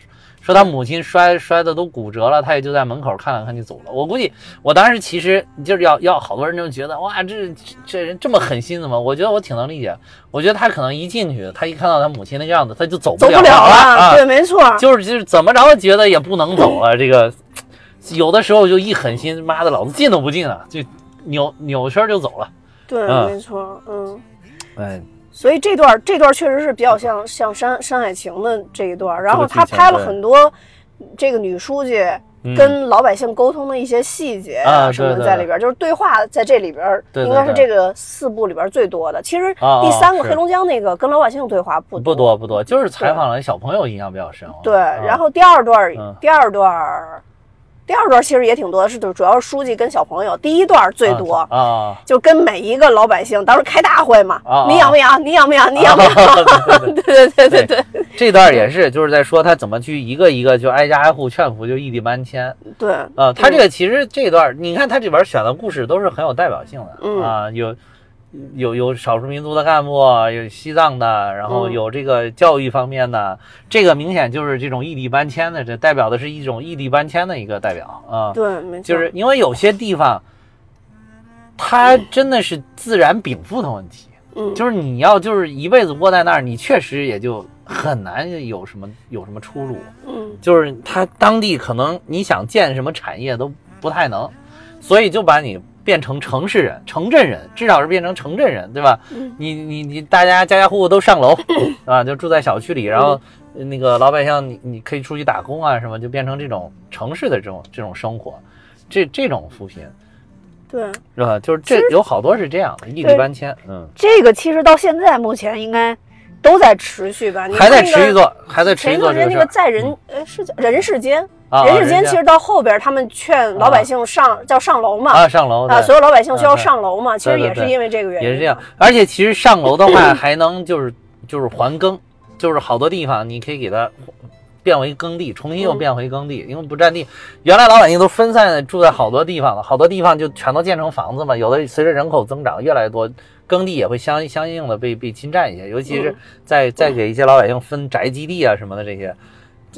Speaker 2: 说他母亲摔摔的都骨折了，他也就在门口看了看就走了。我估计我当时其实就是要要好多人就觉得哇，这这人这么狠心的吗？我觉得我挺能理解。我觉得他可能一进去，他一看到他母亲那个样子，他就走
Speaker 1: 走
Speaker 2: 不
Speaker 1: 不
Speaker 2: 了
Speaker 1: 了
Speaker 2: 啊
Speaker 1: 对，没错，
Speaker 2: 就是就是怎么着觉得也不能走了，这个有的时候就一狠心，妈的，老子进都不进啊，就扭扭身就走了。
Speaker 1: 对，
Speaker 2: 嗯
Speaker 1: 没错，嗯。
Speaker 2: 哎，
Speaker 1: 所以这段儿这段儿确实是比较像像山山海情的这一段儿，然后他
Speaker 2: 嗯剧情
Speaker 1: 拍了
Speaker 2: 对
Speaker 1: 很多这个女书记
Speaker 2: 嗯
Speaker 1: 跟老百姓沟通的一些细节
Speaker 2: 啊
Speaker 1: 什么
Speaker 2: 对
Speaker 1: 的
Speaker 2: 对
Speaker 1: 在里边儿，就是对话在这里边儿
Speaker 2: 对对
Speaker 1: 应该是
Speaker 2: 对
Speaker 1: 这个四部里边儿最多的。其实
Speaker 2: 啊
Speaker 1: 第
Speaker 2: 啊
Speaker 1: 三个
Speaker 2: 是
Speaker 1: 黑龙江那个跟老百姓对话不
Speaker 2: 不多不多，就是采访了小朋友，印象比较深。
Speaker 1: 对，
Speaker 2: 啊
Speaker 1: 然后第二段儿
Speaker 2: 嗯
Speaker 1: 第二段儿第二段儿其实也挺多的，是主要是书记跟小朋友，第一段儿最多。
Speaker 2: 啊啊，
Speaker 1: 就跟每一个老百姓，当时开大会嘛，
Speaker 2: 啊啊
Speaker 1: 你养不养？你养不养？你养不养？
Speaker 2: 对对
Speaker 1: 对对
Speaker 2: 对
Speaker 1: 对对对
Speaker 2: 这段也是，就是在说他怎么去一个一个就挨家挨户劝服，就异地搬迁
Speaker 1: 对，
Speaker 2: 啊。他这个其实这段，你看他这边选的故事都是很有代表性的、
Speaker 1: 嗯
Speaker 2: 啊，有。有有少数民族的干部，有西藏的，然后
Speaker 1: 嗯
Speaker 2: 有这个教育方面的，这个明显就是这种异地搬迁的，这代表的是一种异地搬迁的一个代表啊。
Speaker 1: 对，没错，
Speaker 2: 就是因为有些地方，它真的是自然禀赋的问题，
Speaker 1: 嗯，
Speaker 2: 就是你要就是一辈子窝在那儿，你确实也就很难有什么有什么出路。
Speaker 1: 嗯
Speaker 2: 就是它当地可能你想建什么产业都不太能，所以就把你变成城市人、城镇人，至少是变成城镇人，对吧？
Speaker 1: 嗯
Speaker 2: 你你你，大家家家户户都 上楼，对吧？就住在小区里，然后呃
Speaker 1: 嗯
Speaker 2: 那个老百姓你你可以出去打工啊什么，就变成这种城市的这种这种生活，这这种扶贫
Speaker 1: 对，
Speaker 2: 是吧？就是这有好多是这样的，一里
Speaker 3: 对
Speaker 2: 搬迁，嗯，
Speaker 3: 这个其实到现在目前应该都在持续吧？你
Speaker 2: 还在
Speaker 3: 那
Speaker 2: 持
Speaker 3: 个
Speaker 2: 续做，还在持
Speaker 1: 前
Speaker 2: 续
Speaker 1: 一
Speaker 2: 做
Speaker 1: 段
Speaker 2: 这
Speaker 1: 时间那
Speaker 2: 个事
Speaker 1: 个
Speaker 2: 儿
Speaker 1: 在人呃是叫人世间，
Speaker 2: 啊，
Speaker 1: 人世间
Speaker 2: 家
Speaker 1: 其实到后边儿他们劝老百姓上叫上楼嘛，
Speaker 2: 啊上楼
Speaker 1: 啊，
Speaker 2: 对
Speaker 1: 所有老百姓需要
Speaker 2: 对
Speaker 1: 上楼嘛，其实
Speaker 2: 对
Speaker 1: 也
Speaker 2: 对
Speaker 1: 是因为这个原因，
Speaker 2: 也是这样。而且其实上楼的话，还能就是就是还耕，就是好多地方你可以给它变为耕地，重新又
Speaker 1: 嗯
Speaker 2: 变回耕地，因为不占地。原来老百姓都分散地住在好多地方了，好多地方就全都建成房子嘛。有的随着人口增长越来越多，耕地也会相相应的被被侵占一些，尤其是
Speaker 1: 嗯
Speaker 2: 在再给一些老百姓分宅基地啊什么的这些，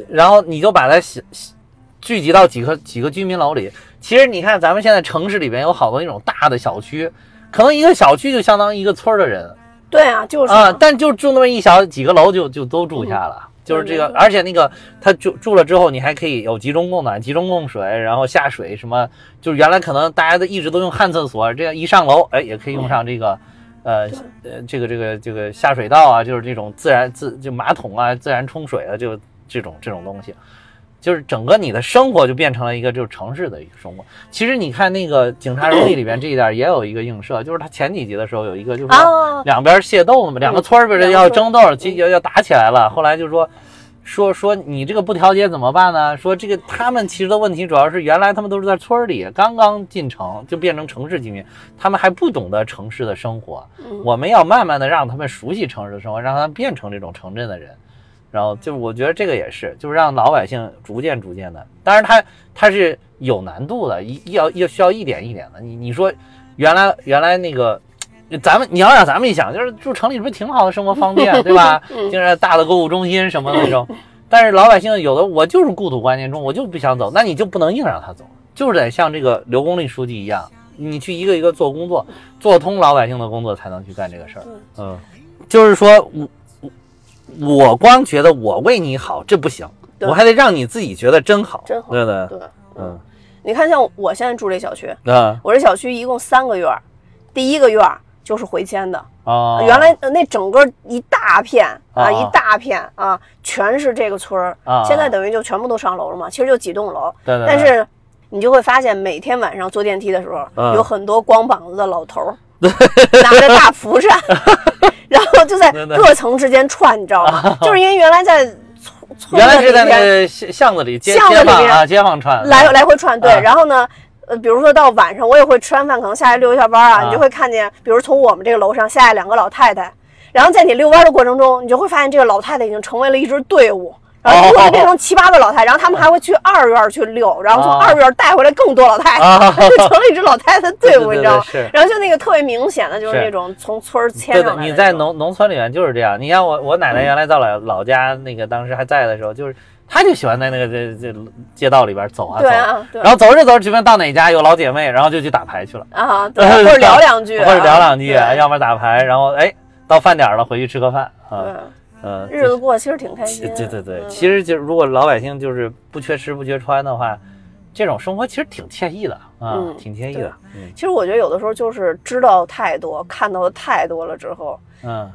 Speaker 2: 然后你就把它写写聚集到几个几个居民楼里。其实你看，咱们现在城市里边有好多那种大的小区，可能一个小区就相当于一个村儿的人
Speaker 1: 对啊，就是嗯
Speaker 2: 啊，但就住那么一小几个楼就就都住下了。就是这个，
Speaker 1: 对对对
Speaker 2: 而且那个他住住了之后，你还可以有集中供暖、集中供水，然后下水什么，就是原来可能大家都一直都用旱厕所，这样一上楼，哎，也可以用上这个，呃呃，这个这个这个下水道啊，就是这种自然自就马桶啊，自然冲水啊，就这种这种东西，就是整个你的生活就变成了一个就是城市的一个生活。其实你看那个《警察荣誉》里边这一点也有一个映射，就是他前几集的时候有一个就是说
Speaker 1: 啊，
Speaker 2: 两边械斗了嘛，两个村儿不是
Speaker 1: 两个
Speaker 2: 要
Speaker 1: 村嗯
Speaker 2: 争斗，就要要打起来了。后来就说说说你这个不调解怎么办呢？说这个他们其实的问题主要是原来他们都是在村儿里，刚刚进城就变成城市居民，他们还不懂得城市的生活。
Speaker 1: 嗯
Speaker 2: 我们要慢慢的让他们熟悉城市的生活，让他们变成这种城镇的人。然后就我觉得这个也是，就是让老百姓逐渐逐渐的，当然它它是有难度的，一要要需要一点一点的。你你说原来原来那个，咱们你要让咱们一想，就是住城里是不是挺好的，生活方 便，对吧？
Speaker 1: 嗯
Speaker 2: 就是大的购物中心什么那种。但是老百姓有的我就是故土观念中，我就不想走，那你就不能硬让他走，就是得像这个刘公立书记一样，你去一个一个做工作，做通老百姓的工作，才能去干这个事儿。嗯，就是说我我我光觉得我为你好这不行，
Speaker 1: 对
Speaker 2: 我还得让你自己觉得真好，
Speaker 1: 真好
Speaker 2: 对不对？
Speaker 1: 对，
Speaker 2: 嗯，
Speaker 1: 你看像我现在住这小区，
Speaker 2: 那
Speaker 1: 我这小区一共三个院儿，第一个院儿就是回迁的，
Speaker 2: 啊，
Speaker 1: 原来呃那整个一大片
Speaker 2: 啊
Speaker 1: 啊，一大片啊，全是这个村儿
Speaker 2: 啊，
Speaker 1: 现在等于就全部都上楼了嘛，其实就几栋楼，
Speaker 2: 对对，对
Speaker 1: 但是。你就会发现，每天晚上坐电梯的时候，
Speaker 2: 嗯
Speaker 1: 有很多光膀子的老 头儿拿着大蒲扇，然后就在
Speaker 2: 对对
Speaker 1: 各层之间串，你知道 吗？就是因为原来在村村
Speaker 2: 原来
Speaker 1: 子
Speaker 2: 是在
Speaker 1: 里
Speaker 2: 那
Speaker 1: 边
Speaker 2: 个巷巷子里街
Speaker 1: 巷子
Speaker 2: 街
Speaker 1: 里
Speaker 2: 坊
Speaker 1: 边
Speaker 2: 啊街坊串
Speaker 1: 来来回串，对。
Speaker 2: 啊
Speaker 1: 然后呢，呃，比如说到晚上，我也会吃完饭，可能下来遛一下弯儿
Speaker 2: 啊
Speaker 1: 啊，你就会看见，比如从我们这个楼上下来两个老太太，然后在你遛弯儿的过程中，你就会发现这个老太太已经成为了一支队伍。然后
Speaker 2: 哦
Speaker 1: 就变成七八个老太太，然后他们还会去二院儿去遛，然后从
Speaker 2: 啊
Speaker 1: 二院儿带回来更多老太太，
Speaker 2: 啊，
Speaker 1: 就成了一支老太太队
Speaker 2: 对
Speaker 1: 伍，
Speaker 2: 对
Speaker 1: 你
Speaker 2: 对
Speaker 1: 知道吗？
Speaker 2: 是。
Speaker 1: 然后就那个特别明显的就是
Speaker 2: 是
Speaker 1: 那种从村儿迁
Speaker 2: 对
Speaker 1: 上
Speaker 2: 的
Speaker 1: 来，的
Speaker 2: 你在
Speaker 1: 那种嗯
Speaker 2: 农农村里面就是这样。你像我，我奶奶原来在老老家那个当时还在的时候，就是她就喜欢在那个这这街道里边走啊走
Speaker 1: 对
Speaker 2: 啊，
Speaker 1: 啊对
Speaker 2: 然后走着走着，随便到哪家有老姐妹，然后就去打牌去了，
Speaker 1: 啊 对，或者聊两句，
Speaker 2: 或者聊两句，
Speaker 1: 啊
Speaker 2: 要不然打牌，然后哎到饭点了回去吃个饭
Speaker 1: 对
Speaker 2: 啊，嗯，
Speaker 1: 对，日子过得其实挺开
Speaker 2: 其
Speaker 1: 心。
Speaker 2: 对对对，
Speaker 1: 嗯
Speaker 2: 其实就是如果老百姓就是不缺吃不缺穿的话，这种生活其实挺惬意的啊，
Speaker 1: 嗯
Speaker 2: 挺惬意的，嗯
Speaker 1: 其实我觉得有的时候就是知道太多、看到的太多了之后，
Speaker 2: 嗯。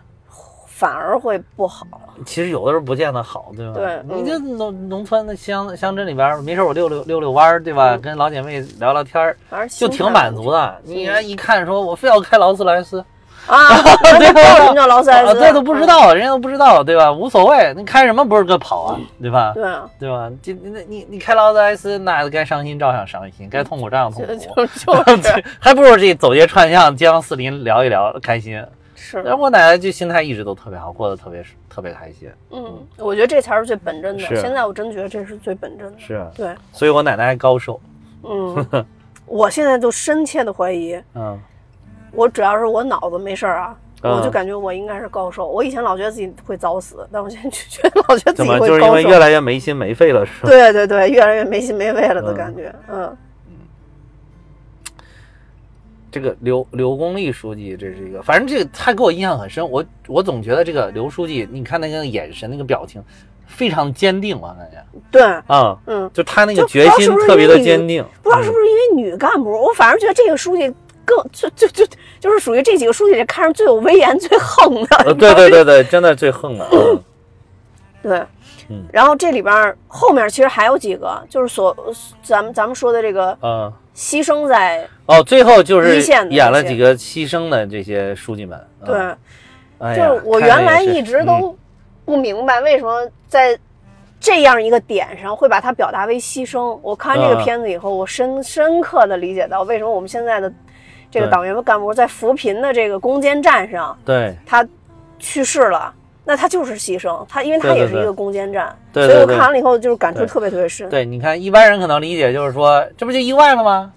Speaker 1: 反而会不好。
Speaker 2: 其实有的时候不见得好，对吧？
Speaker 1: 对嗯
Speaker 2: 你这农农村的乡乡镇里边儿，没事儿我溜溜溜溜弯儿，对吧？
Speaker 1: 嗯
Speaker 2: 跟老姐妹聊聊天儿，
Speaker 1: 反正
Speaker 2: 就挺满足的。
Speaker 1: 嗯
Speaker 2: 你人一看说，我非要开劳斯莱斯，
Speaker 1: 啊！人 家不知道什么叫劳斯嗯莱
Speaker 2: 啊，
Speaker 1: 斯，
Speaker 2: 这都不知道，人家都不知道，对吧？无所谓，你开什么不是个跑啊，对吧
Speaker 1: 嗯。？对 啊，
Speaker 2: 对吧？这那你你开劳斯莱斯，那该伤心照样伤心，该痛苦照样痛
Speaker 1: 就
Speaker 2: 苦，
Speaker 1: 就就是
Speaker 2: 还不如这走街串巷、街坊四邻聊一聊，开心。然
Speaker 1: 是，
Speaker 2: 后我奶奶就心态一直都特别好，过得特别特别开心。
Speaker 1: 嗯，我觉得这才是最本真的。
Speaker 2: 是
Speaker 1: 现在我真觉得这是最本真的。
Speaker 2: 是啊，
Speaker 1: 对，
Speaker 2: 所以我奶奶还高寿。
Speaker 1: 嗯，我现在就深切的怀疑，
Speaker 2: 嗯，
Speaker 1: 我只要是我脑子没事儿啊。
Speaker 2: 嗯
Speaker 1: 我就感觉我应该是高寿，我以前老觉得自己会早死，但我现在就觉得老觉得 自
Speaker 2: 怎
Speaker 1: 己
Speaker 2: 么
Speaker 1: 会
Speaker 2: 就是因
Speaker 1: 高
Speaker 2: 为
Speaker 1: 寿。
Speaker 2: 越来越没心没肺了，是吧？
Speaker 1: 对对嗯对，越来越没心没肺了的
Speaker 2: 嗯
Speaker 1: 感觉。嗯，
Speaker 2: 这个刘刘功利书记，这是一个，反正这个他给我印象很深。我我总觉得这个刘书记，你看那个眼神、那个表情，非常坚定，我感觉
Speaker 1: 对，
Speaker 2: 啊、
Speaker 1: 嗯，
Speaker 2: 就他那
Speaker 1: 就
Speaker 2: 个
Speaker 1: 不知
Speaker 2: 决
Speaker 1: 道
Speaker 2: 心
Speaker 1: 是不是
Speaker 2: 特别
Speaker 1: 因为
Speaker 2: 的
Speaker 1: 你
Speaker 2: 坚定。嗯
Speaker 1: 不知道是不是因为女干部，我反而觉得这个书记更就就就就是属于这几个书记里看着最有威严、 最横的。
Speaker 2: 呃，对对对对，真的最 横了。嗯
Speaker 1: 对
Speaker 2: 嗯，
Speaker 1: 然后这里边儿后面其实还有几个，就是所咱们咱们说的这个
Speaker 2: 嗯
Speaker 1: 牺牲在
Speaker 2: 哦，最后就是
Speaker 1: 一线的这些
Speaker 2: 演了几个牺牲的这些书记们。嗯
Speaker 1: 对，，
Speaker 2: 哎
Speaker 1: 就
Speaker 2: 呀
Speaker 1: 是我
Speaker 2: 看着
Speaker 1: 原
Speaker 2: 也
Speaker 1: 来
Speaker 2: 是
Speaker 1: 一直
Speaker 2: 嗯
Speaker 1: 都不明白为什么在这样一个点上会把它表达为牺牲。我看完这
Speaker 2: 嗯
Speaker 1: 个片子以后，我深深刻的理解到为什么我们现在的这个
Speaker 2: 对
Speaker 1: 党员干部在扶贫的这个攻坚战上，
Speaker 2: 对
Speaker 1: 他去世了。那他就是牺牲，他因为他
Speaker 2: 对对
Speaker 1: 也是
Speaker 2: 对
Speaker 1: 一个攻坚战，
Speaker 2: 对
Speaker 1: 所以
Speaker 2: 对
Speaker 1: 我
Speaker 2: 对
Speaker 1: 看完了以后就是感触
Speaker 2: 对
Speaker 1: 特别特别 深。
Speaker 2: 对，你看一般人可能理解就是说，这不就意外了吗？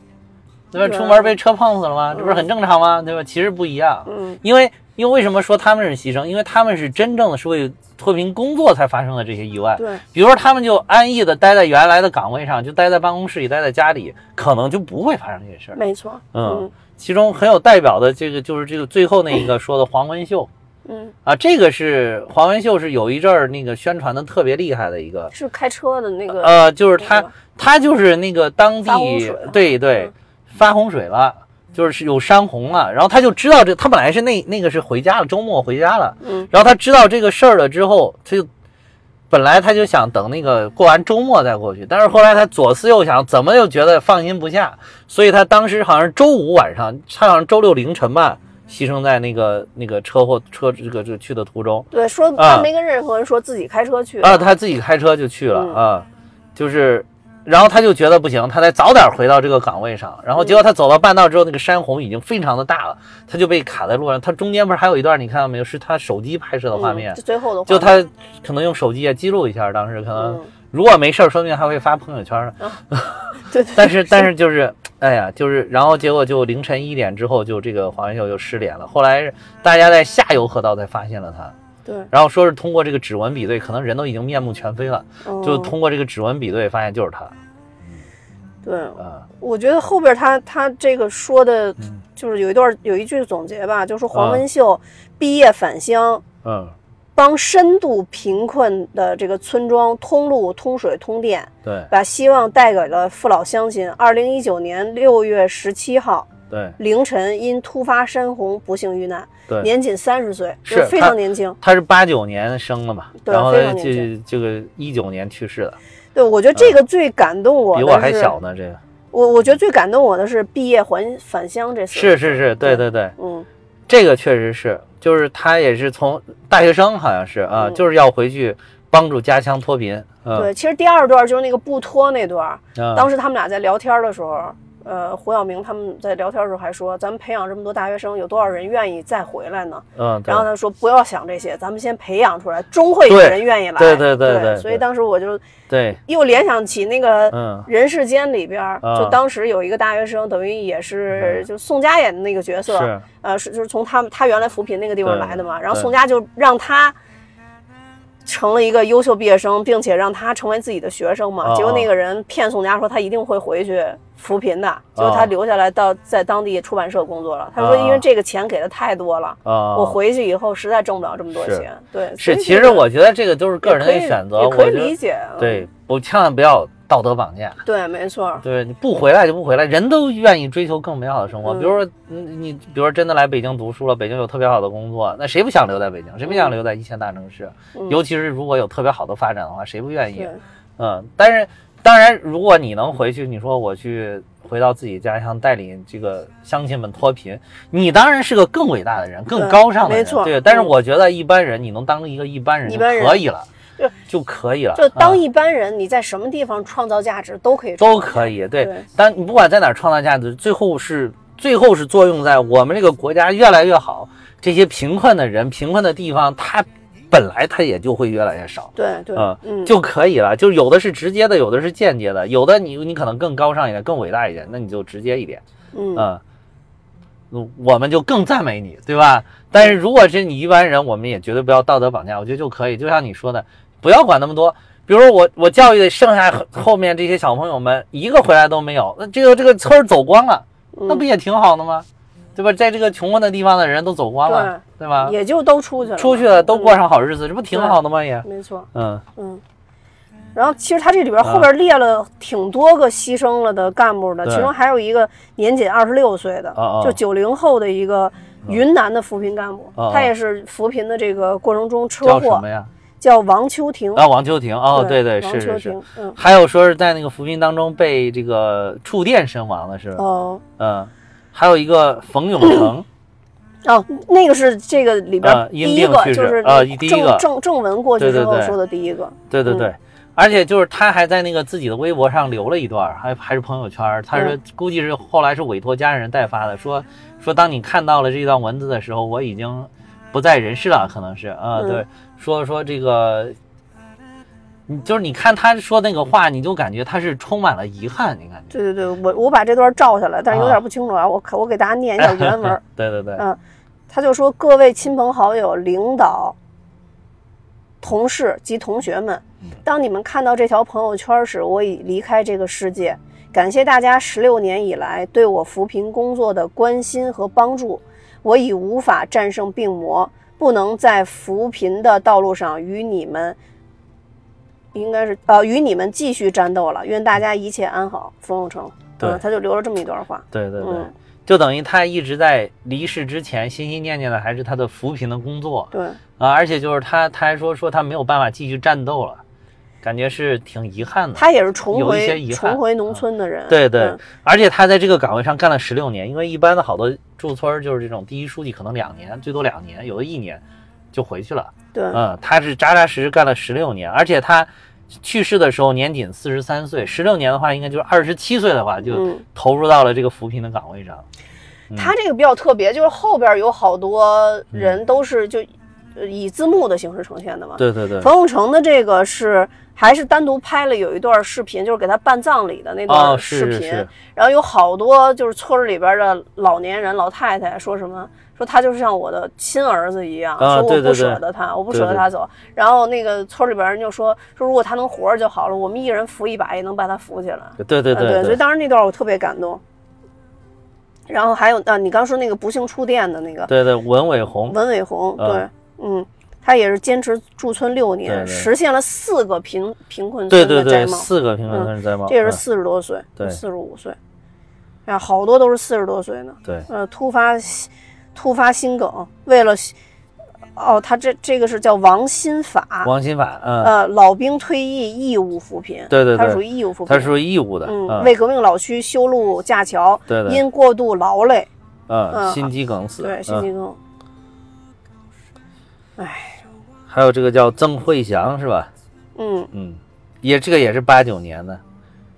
Speaker 2: 对吧？
Speaker 1: 对
Speaker 2: 出门被车碰死了吗？这不是
Speaker 1: 嗯
Speaker 2: 很正常吗？对吧？其实不一样，
Speaker 1: 嗯，
Speaker 2: 因为因为为什么说他们是牺牲？因为他们是真正的是为脱贫工作才发生的这些意外。
Speaker 1: 对
Speaker 2: 比如说，他们就安逸的待在原来的岗位上，就待在办公室里，待在家里，可能就不会发生这些事儿。
Speaker 1: 没错，
Speaker 2: 嗯
Speaker 1: 嗯，
Speaker 2: 其中很有代表的这个就是这个最后那一个说的黄文秀
Speaker 1: 嗯，
Speaker 2: 啊，这个是黄文秀是有一阵儿那个宣传的特别厉害的一个
Speaker 1: 是开车的那个，
Speaker 2: 呃，就是
Speaker 1: 那
Speaker 2: 他
Speaker 1: 个，
Speaker 2: 他就是那个当
Speaker 1: 发洪
Speaker 2: 地
Speaker 1: 水了，
Speaker 2: 对对
Speaker 1: 嗯，
Speaker 2: 发洪水了，就是有山洪了，然后他就知道这，他本来是那那个是回家了，周末回家了，
Speaker 1: 嗯
Speaker 2: 然后他知道这个事儿了之后，他就本来他就想等那个过完周末再过去，但是后来他左思右想，怎么又觉得放心不下，所以他当时好像周五晚上，他好像周六凌晨吧，牺牲在那个那个车祸车这个这个去的途中，
Speaker 1: 对，说
Speaker 2: 啊
Speaker 1: 他没跟任何人说自己开车去
Speaker 2: 啊，他自己开车就去了
Speaker 1: 嗯
Speaker 2: 啊，就是，然后他就觉得不行，他得早点回到这个岗位上。然后结果他走到半道之后，那个山洪已经非常的大了，他就被卡在路上。他中间不是还有一段你看到没有，是他手机拍摄的画
Speaker 1: 嗯，
Speaker 2: 面
Speaker 1: 就，最后的
Speaker 2: 就
Speaker 1: 画面，
Speaker 2: 他呃可能用手机也啊记录一下，当时可能
Speaker 1: 嗯，
Speaker 2: 如果没事儿，说不定还会发朋友圈呢。
Speaker 1: 对对，
Speaker 2: 但是但是就是，哎呀，就是，然后结果就凌晨一点之后，就这个黄文秀就失联了。后来大家在下游河道才发现了他，
Speaker 1: 对，
Speaker 2: 然后说是通过这个指纹比对，可能人都已经面目全非了。
Speaker 1: 嗯
Speaker 2: 就通过这个指纹比对发现就是他
Speaker 1: 对，
Speaker 2: 啊，
Speaker 1: 我觉得后边他他这个说的
Speaker 2: 嗯，
Speaker 1: 就是有一段有一句总结吧，就是
Speaker 2: 啊
Speaker 1: 黄文秀毕业返乡，
Speaker 2: 嗯，
Speaker 1: 帮深度贫困的这个村庄通路、通水、通电，
Speaker 2: 对
Speaker 1: 把希望带给了父老乡亲。二零一九年六月十七号
Speaker 2: 对
Speaker 1: 凌晨，因突发山洪不幸遇难，
Speaker 2: 对，
Speaker 1: 年仅三十岁，
Speaker 2: 是
Speaker 1: 就是非
Speaker 2: 他
Speaker 1: 常年轻。
Speaker 2: 他是八九年生的嘛，
Speaker 1: 对
Speaker 2: 然后
Speaker 1: 非
Speaker 2: 呢
Speaker 1: 常年
Speaker 2: 这这个一九年去世的，
Speaker 1: 对，我觉得这个最感动我的
Speaker 2: 嗯比
Speaker 1: 是，
Speaker 2: 我还小呢，这个
Speaker 1: 我我觉得最感动我的是毕业还返乡这次，
Speaker 2: 是是是，对
Speaker 1: 对
Speaker 2: 对对，
Speaker 1: 嗯，
Speaker 2: 这个确实是，就是他也是从大学生好像是啊，
Speaker 1: 嗯
Speaker 2: 就是要回去帮助家乡脱贫，嗯
Speaker 1: 对。其实第二段就是那个不脱那段，当
Speaker 2: 嗯，
Speaker 1: 时他们俩在聊天的时候，呃，胡晓明他们在聊天的时候还说，咱们培养这么多大学生，有多少人愿意再回来呢？
Speaker 2: 嗯，对
Speaker 1: 然后他说不要想这些，咱们先培养出来，终会有
Speaker 2: 对
Speaker 1: 人愿意来。
Speaker 2: 对对对
Speaker 1: 对
Speaker 2: 对
Speaker 1: 所以当时我就
Speaker 2: 对，
Speaker 1: 又联想起那个。
Speaker 2: 嗯
Speaker 1: 人世间里边儿，
Speaker 2: 啊
Speaker 1: 就当时有一个大学生，等于也是就宋佳演的那个角色，
Speaker 2: 嗯是，
Speaker 1: 呃，是就是从他们他原来扶贫那个地方
Speaker 2: 对
Speaker 1: 来的嘛，然后
Speaker 2: 对
Speaker 1: 宋佳就让他成了一个优秀毕业生，并且让他成为自己的学生嘛。
Speaker 2: 哦
Speaker 1: 结果
Speaker 2: 哦
Speaker 1: 那个人骗宋佳说他一定会回去扶贫的，结果
Speaker 2: 哦
Speaker 1: 他留下来到在当地出版社工作了。他
Speaker 2: 哦
Speaker 1: 说
Speaker 2: 哦
Speaker 1: 因为这个钱给的太多了，
Speaker 2: 啊，
Speaker 1: 我回去以后实在挣不了这么多
Speaker 2: 是
Speaker 1: 钱。对，所
Speaker 2: 是，
Speaker 1: 以
Speaker 2: 其
Speaker 1: 这
Speaker 2: 实
Speaker 1: 个
Speaker 2: 我觉得这个都是个
Speaker 1: 也
Speaker 2: 人
Speaker 1: 可
Speaker 2: 的
Speaker 1: 以
Speaker 2: 选择，
Speaker 1: 也
Speaker 2: 我
Speaker 1: 可以
Speaker 2: 觉得
Speaker 1: 理解。啊
Speaker 2: 对，不千万不要道德绑架。
Speaker 1: 对，没错儿。
Speaker 2: 对，你不回来就不回来，人都愿意追求更美好的生活。
Speaker 1: 嗯
Speaker 2: 比如说，嗯你比如说真的来北京读书了，北京有特别好的工作，那谁不想留在北京？谁不想留在一线大城市？
Speaker 1: 嗯
Speaker 2: 尤其是如果有特别好的发展的话，谁不愿意
Speaker 1: 对？，
Speaker 2: 嗯，但是当然，如果你能回去，你说我去回到自己家乡，带领这个乡亲们脱贫，你当然是个更伟大的人，更
Speaker 1: 对
Speaker 2: 高尚的
Speaker 1: 没
Speaker 2: 人。
Speaker 1: 错
Speaker 2: 对，但是
Speaker 1: 嗯
Speaker 2: 我觉得一般人，你能当一个一般人
Speaker 1: 一
Speaker 2: 就
Speaker 1: 般人
Speaker 2: 可以了
Speaker 1: 就，
Speaker 2: 就可以了。
Speaker 1: 就
Speaker 2: 啊
Speaker 1: 当一般人，你在什么地方创造价值都可以创
Speaker 2: 都
Speaker 1: 造价
Speaker 2: 可
Speaker 1: 值。
Speaker 2: 以，对
Speaker 1: 对。
Speaker 2: 但你不管在哪儿创造价值，最后是最后是作用在我们这个国家越来越好，这些贫困的人、贫困的地方，它本来它也就会越来越少。
Speaker 1: 对对
Speaker 2: 啊，
Speaker 1: 嗯，
Speaker 2: 就可以了，就是有的是直接的，有的是间接的，有的你你可能更高尚一点，更伟大一点，那你就直接一点，
Speaker 1: 嗯
Speaker 2: 嗯，嗯我们就更赞美你，对吧？但是如果是你一般人，我们也绝对不要道德绑架，我觉得就可以。就像你说的，不要管那么多。比如说我我教育的剩下后后
Speaker 1: 嗯
Speaker 2: 面这些小朋友们一个回来都没有，那这个这个村儿走光了，那不也挺好的吗？对吧？在这个穷困的地方的人都走光了，对吧？
Speaker 1: 也就都出去了，
Speaker 2: 出去了都过上好日子，这不挺好的吗？也，
Speaker 1: 没错，
Speaker 2: 嗯
Speaker 1: 嗯。然后其实他这里边后边列了挺多个牺牲了的干部的，
Speaker 2: 啊对
Speaker 1: 其中还有一个年仅二十六岁的，
Speaker 2: 啊啊啊
Speaker 1: 就九零后的一个云南的扶贫干部，
Speaker 2: 啊啊
Speaker 1: 他也是扶贫的这个过程中车
Speaker 2: 叫什
Speaker 1: 祸
Speaker 2: 么，呀？
Speaker 1: 叫王秋婷。
Speaker 2: 啊，王秋婷。哦，对
Speaker 1: 对，
Speaker 2: 是
Speaker 1: 王秋
Speaker 2: 是是
Speaker 1: 婷。，嗯，
Speaker 2: 还有说是在那个扶贫当中被这个触电身亡的是吧？
Speaker 1: 哦
Speaker 2: 嗯，还有一个冯永 成，
Speaker 1: 哦，那个是这个里边
Speaker 2: 啊因
Speaker 1: 第一
Speaker 2: 病
Speaker 1: 个，
Speaker 2: 去世
Speaker 1: 就是
Speaker 2: 啊第一个
Speaker 1: 郑郑郑文过去
Speaker 2: 对对
Speaker 1: 之后
Speaker 2: 对
Speaker 1: 说的第一个，
Speaker 2: 对对
Speaker 1: 嗯
Speaker 2: 对，而且就是他还在那个自己的微博上留了一段，还还是朋友圈儿，他是估计是后来是委托家人代发的，说说当你看到了这段文字的时候，我已经不在人世了，可能是啊，
Speaker 1: 嗯
Speaker 2: 对，说说这个。你就是你看他说那个话，你就感觉他是充满了遗憾，你感觉？
Speaker 1: 对对对，我我把这段照下来，但是有
Speaker 2: 啊
Speaker 1: 点不清楚啊，我可我给大家念一 下原文。
Speaker 2: 对对对，
Speaker 1: 嗯他就说：“各位亲朋好友、领导、同事及同学们，
Speaker 2: 嗯
Speaker 1: 当你们看到这条朋友圈时，我已离开这个世界。感谢大家十六年以来对我扶贫工作的关心和帮助。我已无法战胜病魔，不能在扶贫的道路上与你们，应该是呃与你们继续战斗了。愿大家一切安好，冯永成。”
Speaker 2: 对
Speaker 1: 嗯，他就留了这么一段话。
Speaker 2: 对对对，
Speaker 1: 嗯
Speaker 2: 就等于他一直在离世之前心心念念的还是他的扶贫的工作，
Speaker 1: 对，
Speaker 2: 啊，而且就是他，他还说说他没有办法继续战斗了，感觉是挺遗憾的。
Speaker 1: 他也是重
Speaker 2: 有一些
Speaker 1: 回
Speaker 2: 遗憾
Speaker 1: 重回农村的人。
Speaker 2: 对对
Speaker 1: 嗯，
Speaker 2: 而且他在这个岗位上干了十六年，因为一般的好多驻村儿就是这种第一书记，可能两年，最多两年，有的一年就回去了。
Speaker 1: 对，
Speaker 2: 嗯，他是扎扎实实干了十六年，而且他去世的时候年仅四十三岁，十六年的话，应该就是二十七岁的话就
Speaker 1: 嗯啊
Speaker 2: 投入到了这个扶贫的岗位上。嗯
Speaker 1: 他这个比较特别，就是后边有好多人都是就呃以字幕的形式呈现的嘛。
Speaker 2: 对对对，
Speaker 1: 冯永成的这个是还是单独拍了有一段视频，就是给他办葬礼的那
Speaker 2: 哦，
Speaker 1: 段视
Speaker 2: 是是
Speaker 1: 频。
Speaker 2: 是，
Speaker 1: 然后有好多就是村儿里边的老年人、老太太说什么，说他就是像我的亲儿子一样，
Speaker 2: 啊
Speaker 1: 说
Speaker 2: 对
Speaker 1: 我
Speaker 2: 对
Speaker 1: 不
Speaker 2: 对
Speaker 1: 舍得他，我不舍
Speaker 2: 对
Speaker 1: 得
Speaker 2: 对
Speaker 1: 他走。然后那个村儿里边人就说，说如果他能活着就好了，我们一人扶一把也能把他扶起来。
Speaker 2: 对对
Speaker 1: 啊对所以
Speaker 2: 对，
Speaker 1: 当时那段我特别感动。然后还有啊，你刚说那个不幸触电的那个
Speaker 2: 对对文伟红，
Speaker 1: 文伟红，
Speaker 2: 嗯
Speaker 1: 对，嗯，他也是坚持驻村六年，
Speaker 2: 对对
Speaker 1: 实现了四个贫贫困
Speaker 2: 对
Speaker 1: 村
Speaker 2: 对
Speaker 1: 的摘
Speaker 2: 对，
Speaker 1: 帽，
Speaker 2: 四个贫困
Speaker 1: 嗯
Speaker 2: 村摘帽，
Speaker 1: 这也是
Speaker 2: 嗯
Speaker 1: 四十多岁，
Speaker 2: 对
Speaker 1: 四十五岁，哎呀，好多都是四十多岁呢。
Speaker 2: 对。
Speaker 1: 呃，突发突发心梗，为了哦，他这这个是叫王新法，
Speaker 2: 王新法，
Speaker 1: 啊
Speaker 2: 嗯，
Speaker 1: 呃，老兵退役义务扶贫，
Speaker 2: 对对对
Speaker 1: 他属于义务扶贫，
Speaker 2: 他是属于义务的，
Speaker 1: 嗯，
Speaker 2: 嗯
Speaker 1: 为革命老区修路架桥，
Speaker 2: 对对
Speaker 1: 因过度劳累，
Speaker 2: 嗯，
Speaker 1: 嗯
Speaker 2: 心肌梗死，
Speaker 1: 对，心
Speaker 2: 嗯，
Speaker 1: 肌梗。哎，
Speaker 2: 还有这个叫曾慧祥是吧？
Speaker 1: 嗯，
Speaker 2: 嗯，也这个也是八九年的，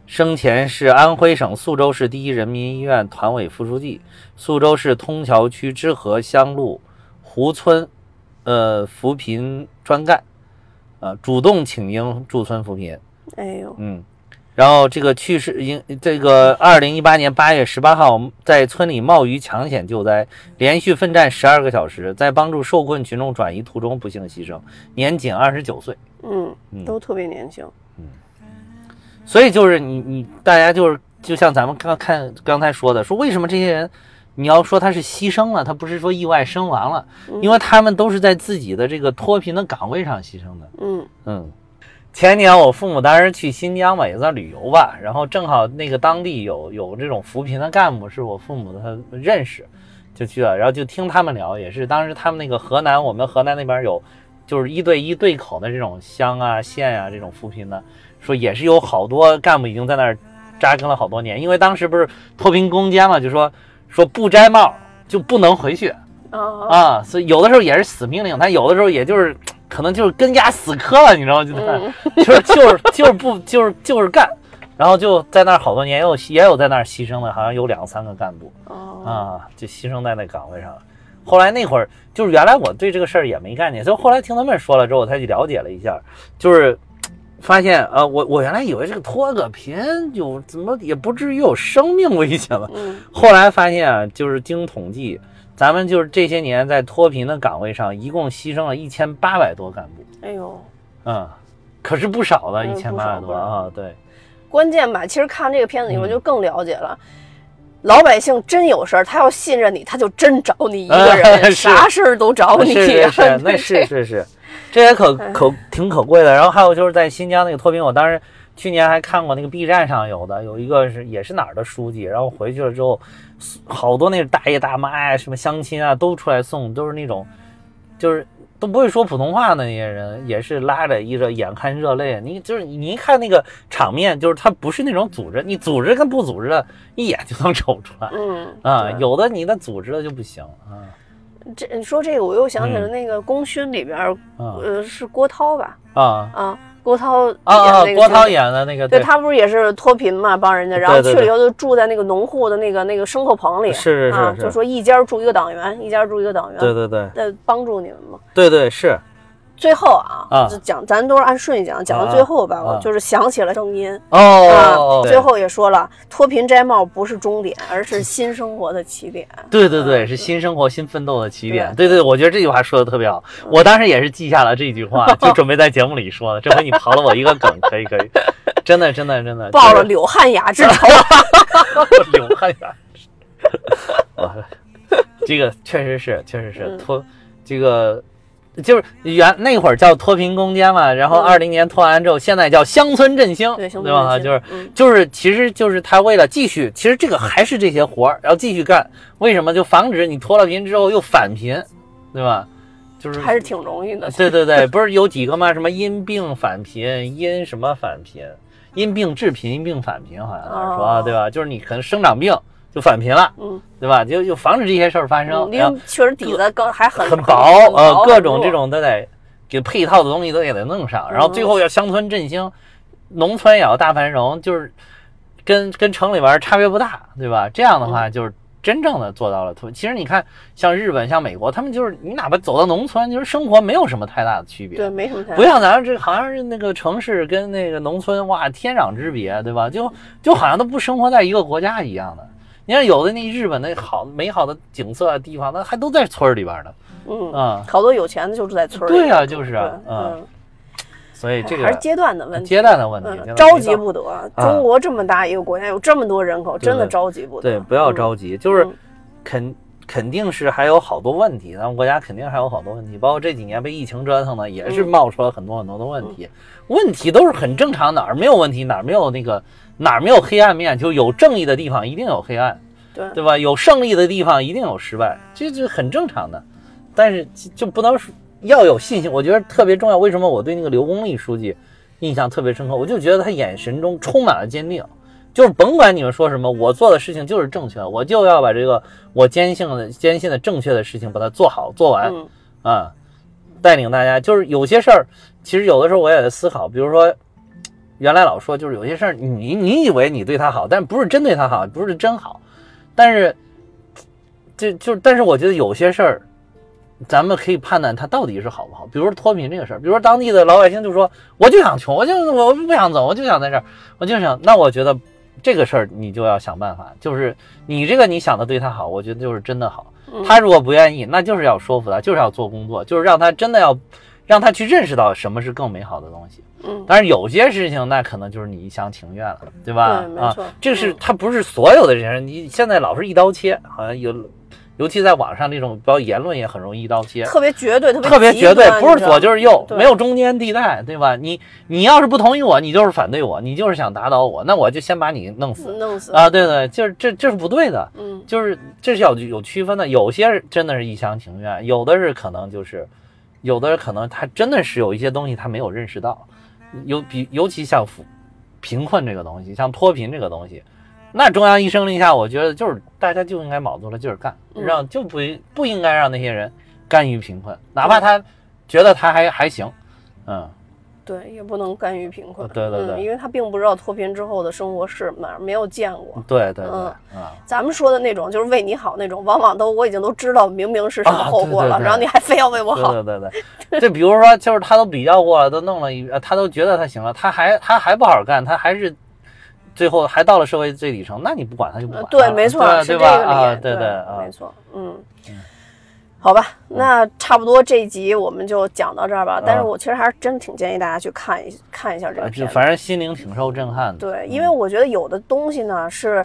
Speaker 2: 生前是安徽省宿州市第一人民医院团委副书记，宿州市通桥区知河乡路胡村，呃，扶贫专干，呃，主动请缨驻村扶贫，
Speaker 1: 哎呦，
Speaker 2: 嗯，然后这个去世，因这个二零一八年八月十八号，在村里冒雨抢险救灾，连续奋战十二个小时，在帮助受困群众转移途中不幸牺牲，年仅二十九岁。
Speaker 1: 嗯，
Speaker 2: 嗯
Speaker 1: 都特别年轻。
Speaker 2: 所以就是你你大家就是就像咱们刚看刚才说的，说为什么这些人，你要说他是牺牲了，他不是说意外身亡了，因为他们都是在自己的这个脱贫的岗位上牺牲的。
Speaker 1: 嗯
Speaker 2: 嗯，前年我父母当时去新疆嘛，也算旅游吧，然后正好那个当地有有这种扶贫的干部，是我父母的他认识，就去了，然后就听他们聊，也是当时他们那个河南，我们河南那边有就是一对一对口的这种乡啊、县啊这种扶贫的，说也是有好多干部已经在那儿扎根了好多年，因为当时不是脱贫攻坚嘛，就说说不摘帽就不能回去，
Speaker 1: 啊，
Speaker 2: 啊，所以有的时候也是死命令，但有的时候也就是可能就是跟家死磕了，你知道吗？就在那儿、 就是就是就是不就是就是干，然后就在那儿好多年，也有也有在那儿牺牲的，好像有两三个干部
Speaker 1: 哦，
Speaker 2: 啊，就牺牲在那岗位上了。后来那会儿就是原来我对这个事儿也没概念，所以后来听他们说了之后，我才去了解了一下，就是。发现啊，我我原来以为这个脱个贫有怎么也不至于有生命危险吧，
Speaker 1: 嗯
Speaker 2: 后来发现啊，就是经统计，咱们就是这些年在脱贫的岗位上，一共牺牲了一千八百多干部，
Speaker 1: 哎呦，
Speaker 2: 嗯，可是不少的，
Speaker 1: 嗯
Speaker 2: 一千八百
Speaker 1: 不少
Speaker 2: 多
Speaker 1: 不少
Speaker 2: 啊，对，
Speaker 1: 关键吧，其实看这个片子以后
Speaker 2: 嗯
Speaker 1: 就更了解了。老百姓真有事儿，他要信任你，他就真找你一个人，
Speaker 2: 嗯是
Speaker 1: 啥事儿都 找哦你。
Speaker 2: 是是是，那是是是，这也可
Speaker 1: 嗯
Speaker 2: 可挺可贵的。然后还有就是在新疆那个脱贫，我当时去年还看过那个 B 站上有的，有一个是也是哪儿的书记，然后回去了之后，好多那个大爷大妈呀、什么相亲啊，都出来送，都是那种就是都不会说普通话的那些人，也是拉着一个眼看热泪。你就是你一看那个场面，就是他不是那种组织，你组织跟不组织的，一眼就能瞅出来
Speaker 1: 嗯
Speaker 2: 啊。
Speaker 1: 对
Speaker 2: 有的你的组织的就不行啊。
Speaker 1: 这你说这个，我又想起了
Speaker 2: 嗯
Speaker 1: 那个《功勋》里边儿，
Speaker 2: 啊
Speaker 1: 呃，是郭涛吧？
Speaker 2: 啊
Speaker 1: 啊，郭涛演
Speaker 2: 啊啊！
Speaker 1: 那个
Speaker 2: 郭涛
Speaker 1: 角色。
Speaker 2: 演的那个，
Speaker 1: 对他不是也是脱贫嘛，帮人家，然后
Speaker 2: 对
Speaker 1: 去
Speaker 2: 对
Speaker 1: 了
Speaker 2: 对
Speaker 1: 以后就住在那个农户的那个那个牲口棚里，
Speaker 2: 是是是
Speaker 1: 啊，
Speaker 2: 是
Speaker 1: 就说一家住一个党员，一家住一个党员，
Speaker 2: 对对对
Speaker 1: 在帮助你们嘛。
Speaker 2: 对对是
Speaker 1: 最后啊，
Speaker 2: 啊
Speaker 1: 就讲咱都是按顺序讲，讲到最后吧，
Speaker 2: 啊
Speaker 1: 我就是想起了声音啊
Speaker 2: 哦，
Speaker 1: 最后也说了，脱贫摘帽不是终点，而是新生活的起点。
Speaker 2: 对对对是新生活新奋斗的起点，
Speaker 1: 对嗯
Speaker 2: 对对，我觉得这句话说的特别好，我当时也是记下了这句话，就准备在节目里说的，这回你刨了我一个梗，可以可以，真的真的 真的
Speaker 1: 报了柳汉雅之 仇，
Speaker 2: 就是流汗呀，完了，这个确实是确实是
Speaker 1: 嗯
Speaker 2: 脱这个。就是原那会儿叫脱贫攻坚嘛，然后
Speaker 1: 嗯
Speaker 2: 二零年脱完之后，现在叫乡村振兴，
Speaker 1: 对，兄弟
Speaker 2: 吧？
Speaker 1: 们，
Speaker 2: 就是
Speaker 1: 嗯
Speaker 2: 就是，其实就是他为了继续，其实这个还是这些活儿，然后继续干。为什么？就防止你脱了贫之后又返贫，对吧？就是
Speaker 1: 还是挺容易的。
Speaker 2: 对对对，不是有几个吗？什么因病返贫，因什么返贫，因病致贫，因病返贫，好像是说、啊
Speaker 1: 哦
Speaker 2: 对吧？就是你可能生长病就返贫了，
Speaker 1: 嗯，
Speaker 2: 对吧？就就防止这些事儿发生。
Speaker 1: 嗯因
Speaker 2: 然后
Speaker 1: 为确实底子刚还很
Speaker 2: 很
Speaker 1: 很
Speaker 2: 薄，呃，各
Speaker 1: 很
Speaker 2: 种
Speaker 1: 弱
Speaker 2: 这种都得给配套的东西都给它弄上，
Speaker 1: 嗯
Speaker 2: 然后最后要乡村振兴，农村也要大繁荣，就是跟跟城里边差别不大，对吧？这样的话
Speaker 1: 嗯
Speaker 2: 就是真正的做到了脱。其实你看，像日本、像美国，他们就是你哪怕走到农村，就是生活没有什么太大的区别，
Speaker 1: 对，没什么太
Speaker 2: 不像咱们这好像是那个城市跟那个农村哇天壤之别，对吧？就就好像都不生活在一个国家一样的。你看有的那日本那好美好的景色啊地方，那还都在村儿里边呢
Speaker 1: 嗯，
Speaker 2: 啊、
Speaker 1: 好多有钱的就住在村里。
Speaker 2: 对呀、就是啊，
Speaker 1: 对
Speaker 2: 嗯，，所以这
Speaker 1: 哎还
Speaker 2: 个
Speaker 1: 是阶段的问题。
Speaker 2: 阶段的问题，阶
Speaker 1: 嗯，
Speaker 2: 段
Speaker 1: 着急
Speaker 2: 的
Speaker 1: 不得。中国这么大一个国家，有这么多人口，
Speaker 2: 对
Speaker 1: 真的着急不得。
Speaker 2: 对，不要
Speaker 1: 嗯
Speaker 2: 着急，就是
Speaker 1: 嗯
Speaker 2: 肯肯定是还有好多问题，咱们国家肯定还有好多问题，包括这几年被疫情折腾的，也是
Speaker 1: 嗯
Speaker 2: 冒出了很多很多的问题。问题都是很正常，哪儿没有问题，哪儿没有那个，哪儿没有黑暗面，就有正义的地方一定有黑暗，
Speaker 1: 对
Speaker 2: 对吧？有胜利的地方一定有失败，这这很正常的。但是就就不能说要有信心，我觉得特别重要。为什么我对那个刘功利书记印象特别深刻？我就觉得他眼神中充满了坚定，就是甭管你们说什么，我做的事情就是正确的，我就要把这个我坚信的、坚信的正确的事情把它做好、做完
Speaker 1: 嗯
Speaker 2: 啊、带领大家。就是有些事儿，其实有的时候我也在思考，比如说。原来老说就是有些事儿，你你以为你对他好，但不是真对他好，不是真好，但是，这就但是我觉得有些事儿，咱们可以判断它到底是好不好。比如说脱贫这个事儿，比如说当地的老百姓就说，我就想穷，我就我不想走，我就想在这儿，我就想。那我觉得这个事儿你就要想办法，就是你这个你想的对他好，我觉得就是真的好。
Speaker 1: 嗯
Speaker 2: 他如果不愿意，那就是要说服他，就是要做工作，就是让他真的要让他去认识到什么是更美好的东西。
Speaker 1: 嗯，
Speaker 2: 但是有些事情那可能就是你一厢情愿了，对吧？
Speaker 1: 对没
Speaker 2: 啊
Speaker 1: 错，
Speaker 2: 这是
Speaker 1: 嗯
Speaker 2: 它不是所有的人，你现在老是一刀切，好像有，尤其在网上这种包括言论也很容易一刀切，
Speaker 1: 特别绝对，特别
Speaker 2: 特别
Speaker 1: 极
Speaker 2: 绝对，
Speaker 1: 端
Speaker 2: 不是左就是右，
Speaker 1: 对
Speaker 2: 没有中间地带，对吧？你你要是不同意我，你就是反对我，你就是想打倒我，那我就先把你弄
Speaker 1: 你知
Speaker 2: 死
Speaker 1: 道吗弄死。
Speaker 2: 啊！对对，就是这这是不对的，
Speaker 1: 嗯，
Speaker 2: 就是这是要有区分的，有些是真的是一厢情愿，有的是可能就是，有的可能他真的是有一些东西他没有认识到，尤比尤其像扶贫困这个东西，像脱贫这个东西，那中央一声令下，我觉得就是大家就应该卯足了劲儿干，
Speaker 1: 嗯
Speaker 2: 让就不不应该让那些人甘于贫困，哪怕他觉得他还还行，嗯，
Speaker 1: 对，也不能甘于贫困。
Speaker 2: 哦对对对
Speaker 1: 嗯因为他并不知道脱贫之后的生活是哪儿，没有见过。
Speaker 2: 对对对，
Speaker 1: 嗯
Speaker 2: 啊、
Speaker 1: 咱们说的那种就是为你好那种，往往都我已经都知道明明是什么
Speaker 2: 啊
Speaker 1: 后果
Speaker 2: 对对
Speaker 1: 了，
Speaker 2: 对
Speaker 1: 然后你还非要为我好。
Speaker 2: 对对对对，就比如说，就是他都比较过了，都弄了一，呃他都觉得他行了，他还他还不好好干，他还是最后还到了社会最底层，那你不管他就不
Speaker 1: 呃
Speaker 2: 管他了，
Speaker 1: 对，没错，
Speaker 2: 啊对
Speaker 1: 是这
Speaker 2: 对
Speaker 1: 个
Speaker 2: 吧？
Speaker 1: 理念，
Speaker 2: 啊，
Speaker 1: 对
Speaker 2: 对啊
Speaker 1: 没，错，嗯。好吧，那差不多这一集我们就讲到这儿吧。但是
Speaker 2: 啊
Speaker 1: 我其实还是真挺建议大家去看一看一下这个
Speaker 2: 啊就嗯
Speaker 1: 片子，
Speaker 2: 反正心灵挺受震撼的。
Speaker 1: 对，因为我觉得有的东西呢是，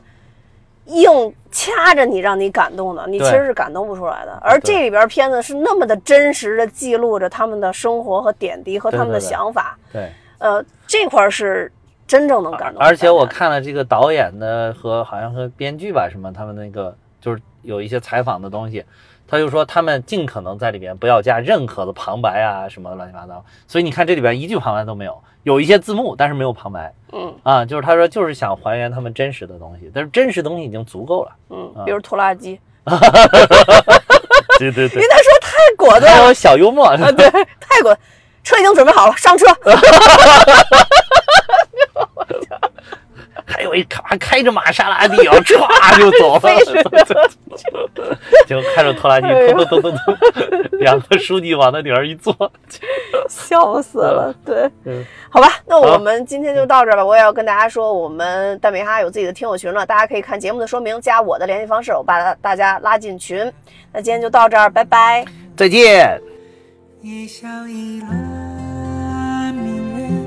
Speaker 1: 硬掐着你让你感动的，你其
Speaker 2: 对啊
Speaker 1: 实是感动不出来的。而这里边片子是那么的真实的记录着他们的生活和点滴和他们的
Speaker 2: 对对对
Speaker 1: 想法，
Speaker 2: 对，
Speaker 1: 呃，这块儿是真正能感动。
Speaker 2: 啊而且我，看了这个导演的和好像和编剧吧什么，他们那个就是有一些采访的东西，他就说他们尽可能在里边不要加任何的旁白啊什么乱七八糟，所以你看这里边一句旁白都没有，有一些字幕但是没有旁白
Speaker 1: 嗯
Speaker 2: 啊，就是他说就是想还原他们真实的东西，但是真实东西已经足够了。
Speaker 1: 嗯，比如拖拉机，
Speaker 2: 对对
Speaker 1: 因
Speaker 2: 对
Speaker 1: 为，他说太果断
Speaker 2: 还
Speaker 1: 了，
Speaker 2: 有小幽默，
Speaker 1: 啊对，太果，车已经准备好了，上车。
Speaker 2: 还有一咔开着玛莎拉蒂，然后歘就走了， 就看着拖拉机
Speaker 1: 哎呦
Speaker 2: 咚咚咚咚咚，两个书记往那顶上一坐，
Speaker 1: 笑死了，对
Speaker 2: 嗯，
Speaker 1: 好吧，那我们今天就到这儿吧。我也要跟大家说，我们蛋米哈有自己的听友群了，大家可以看节目的说明，加我的联系方式，我把大家拉进群。那今天就到这儿，拜拜。
Speaker 2: 再见。
Speaker 4: 一笑一轮明月，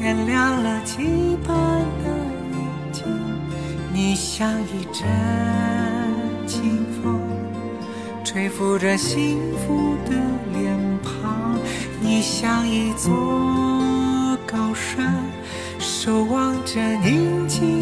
Speaker 4: 点亮了期盼的眼睛。你像一阵清风，吹拂着幸福的脸庞。你像一座高山，守望着宁静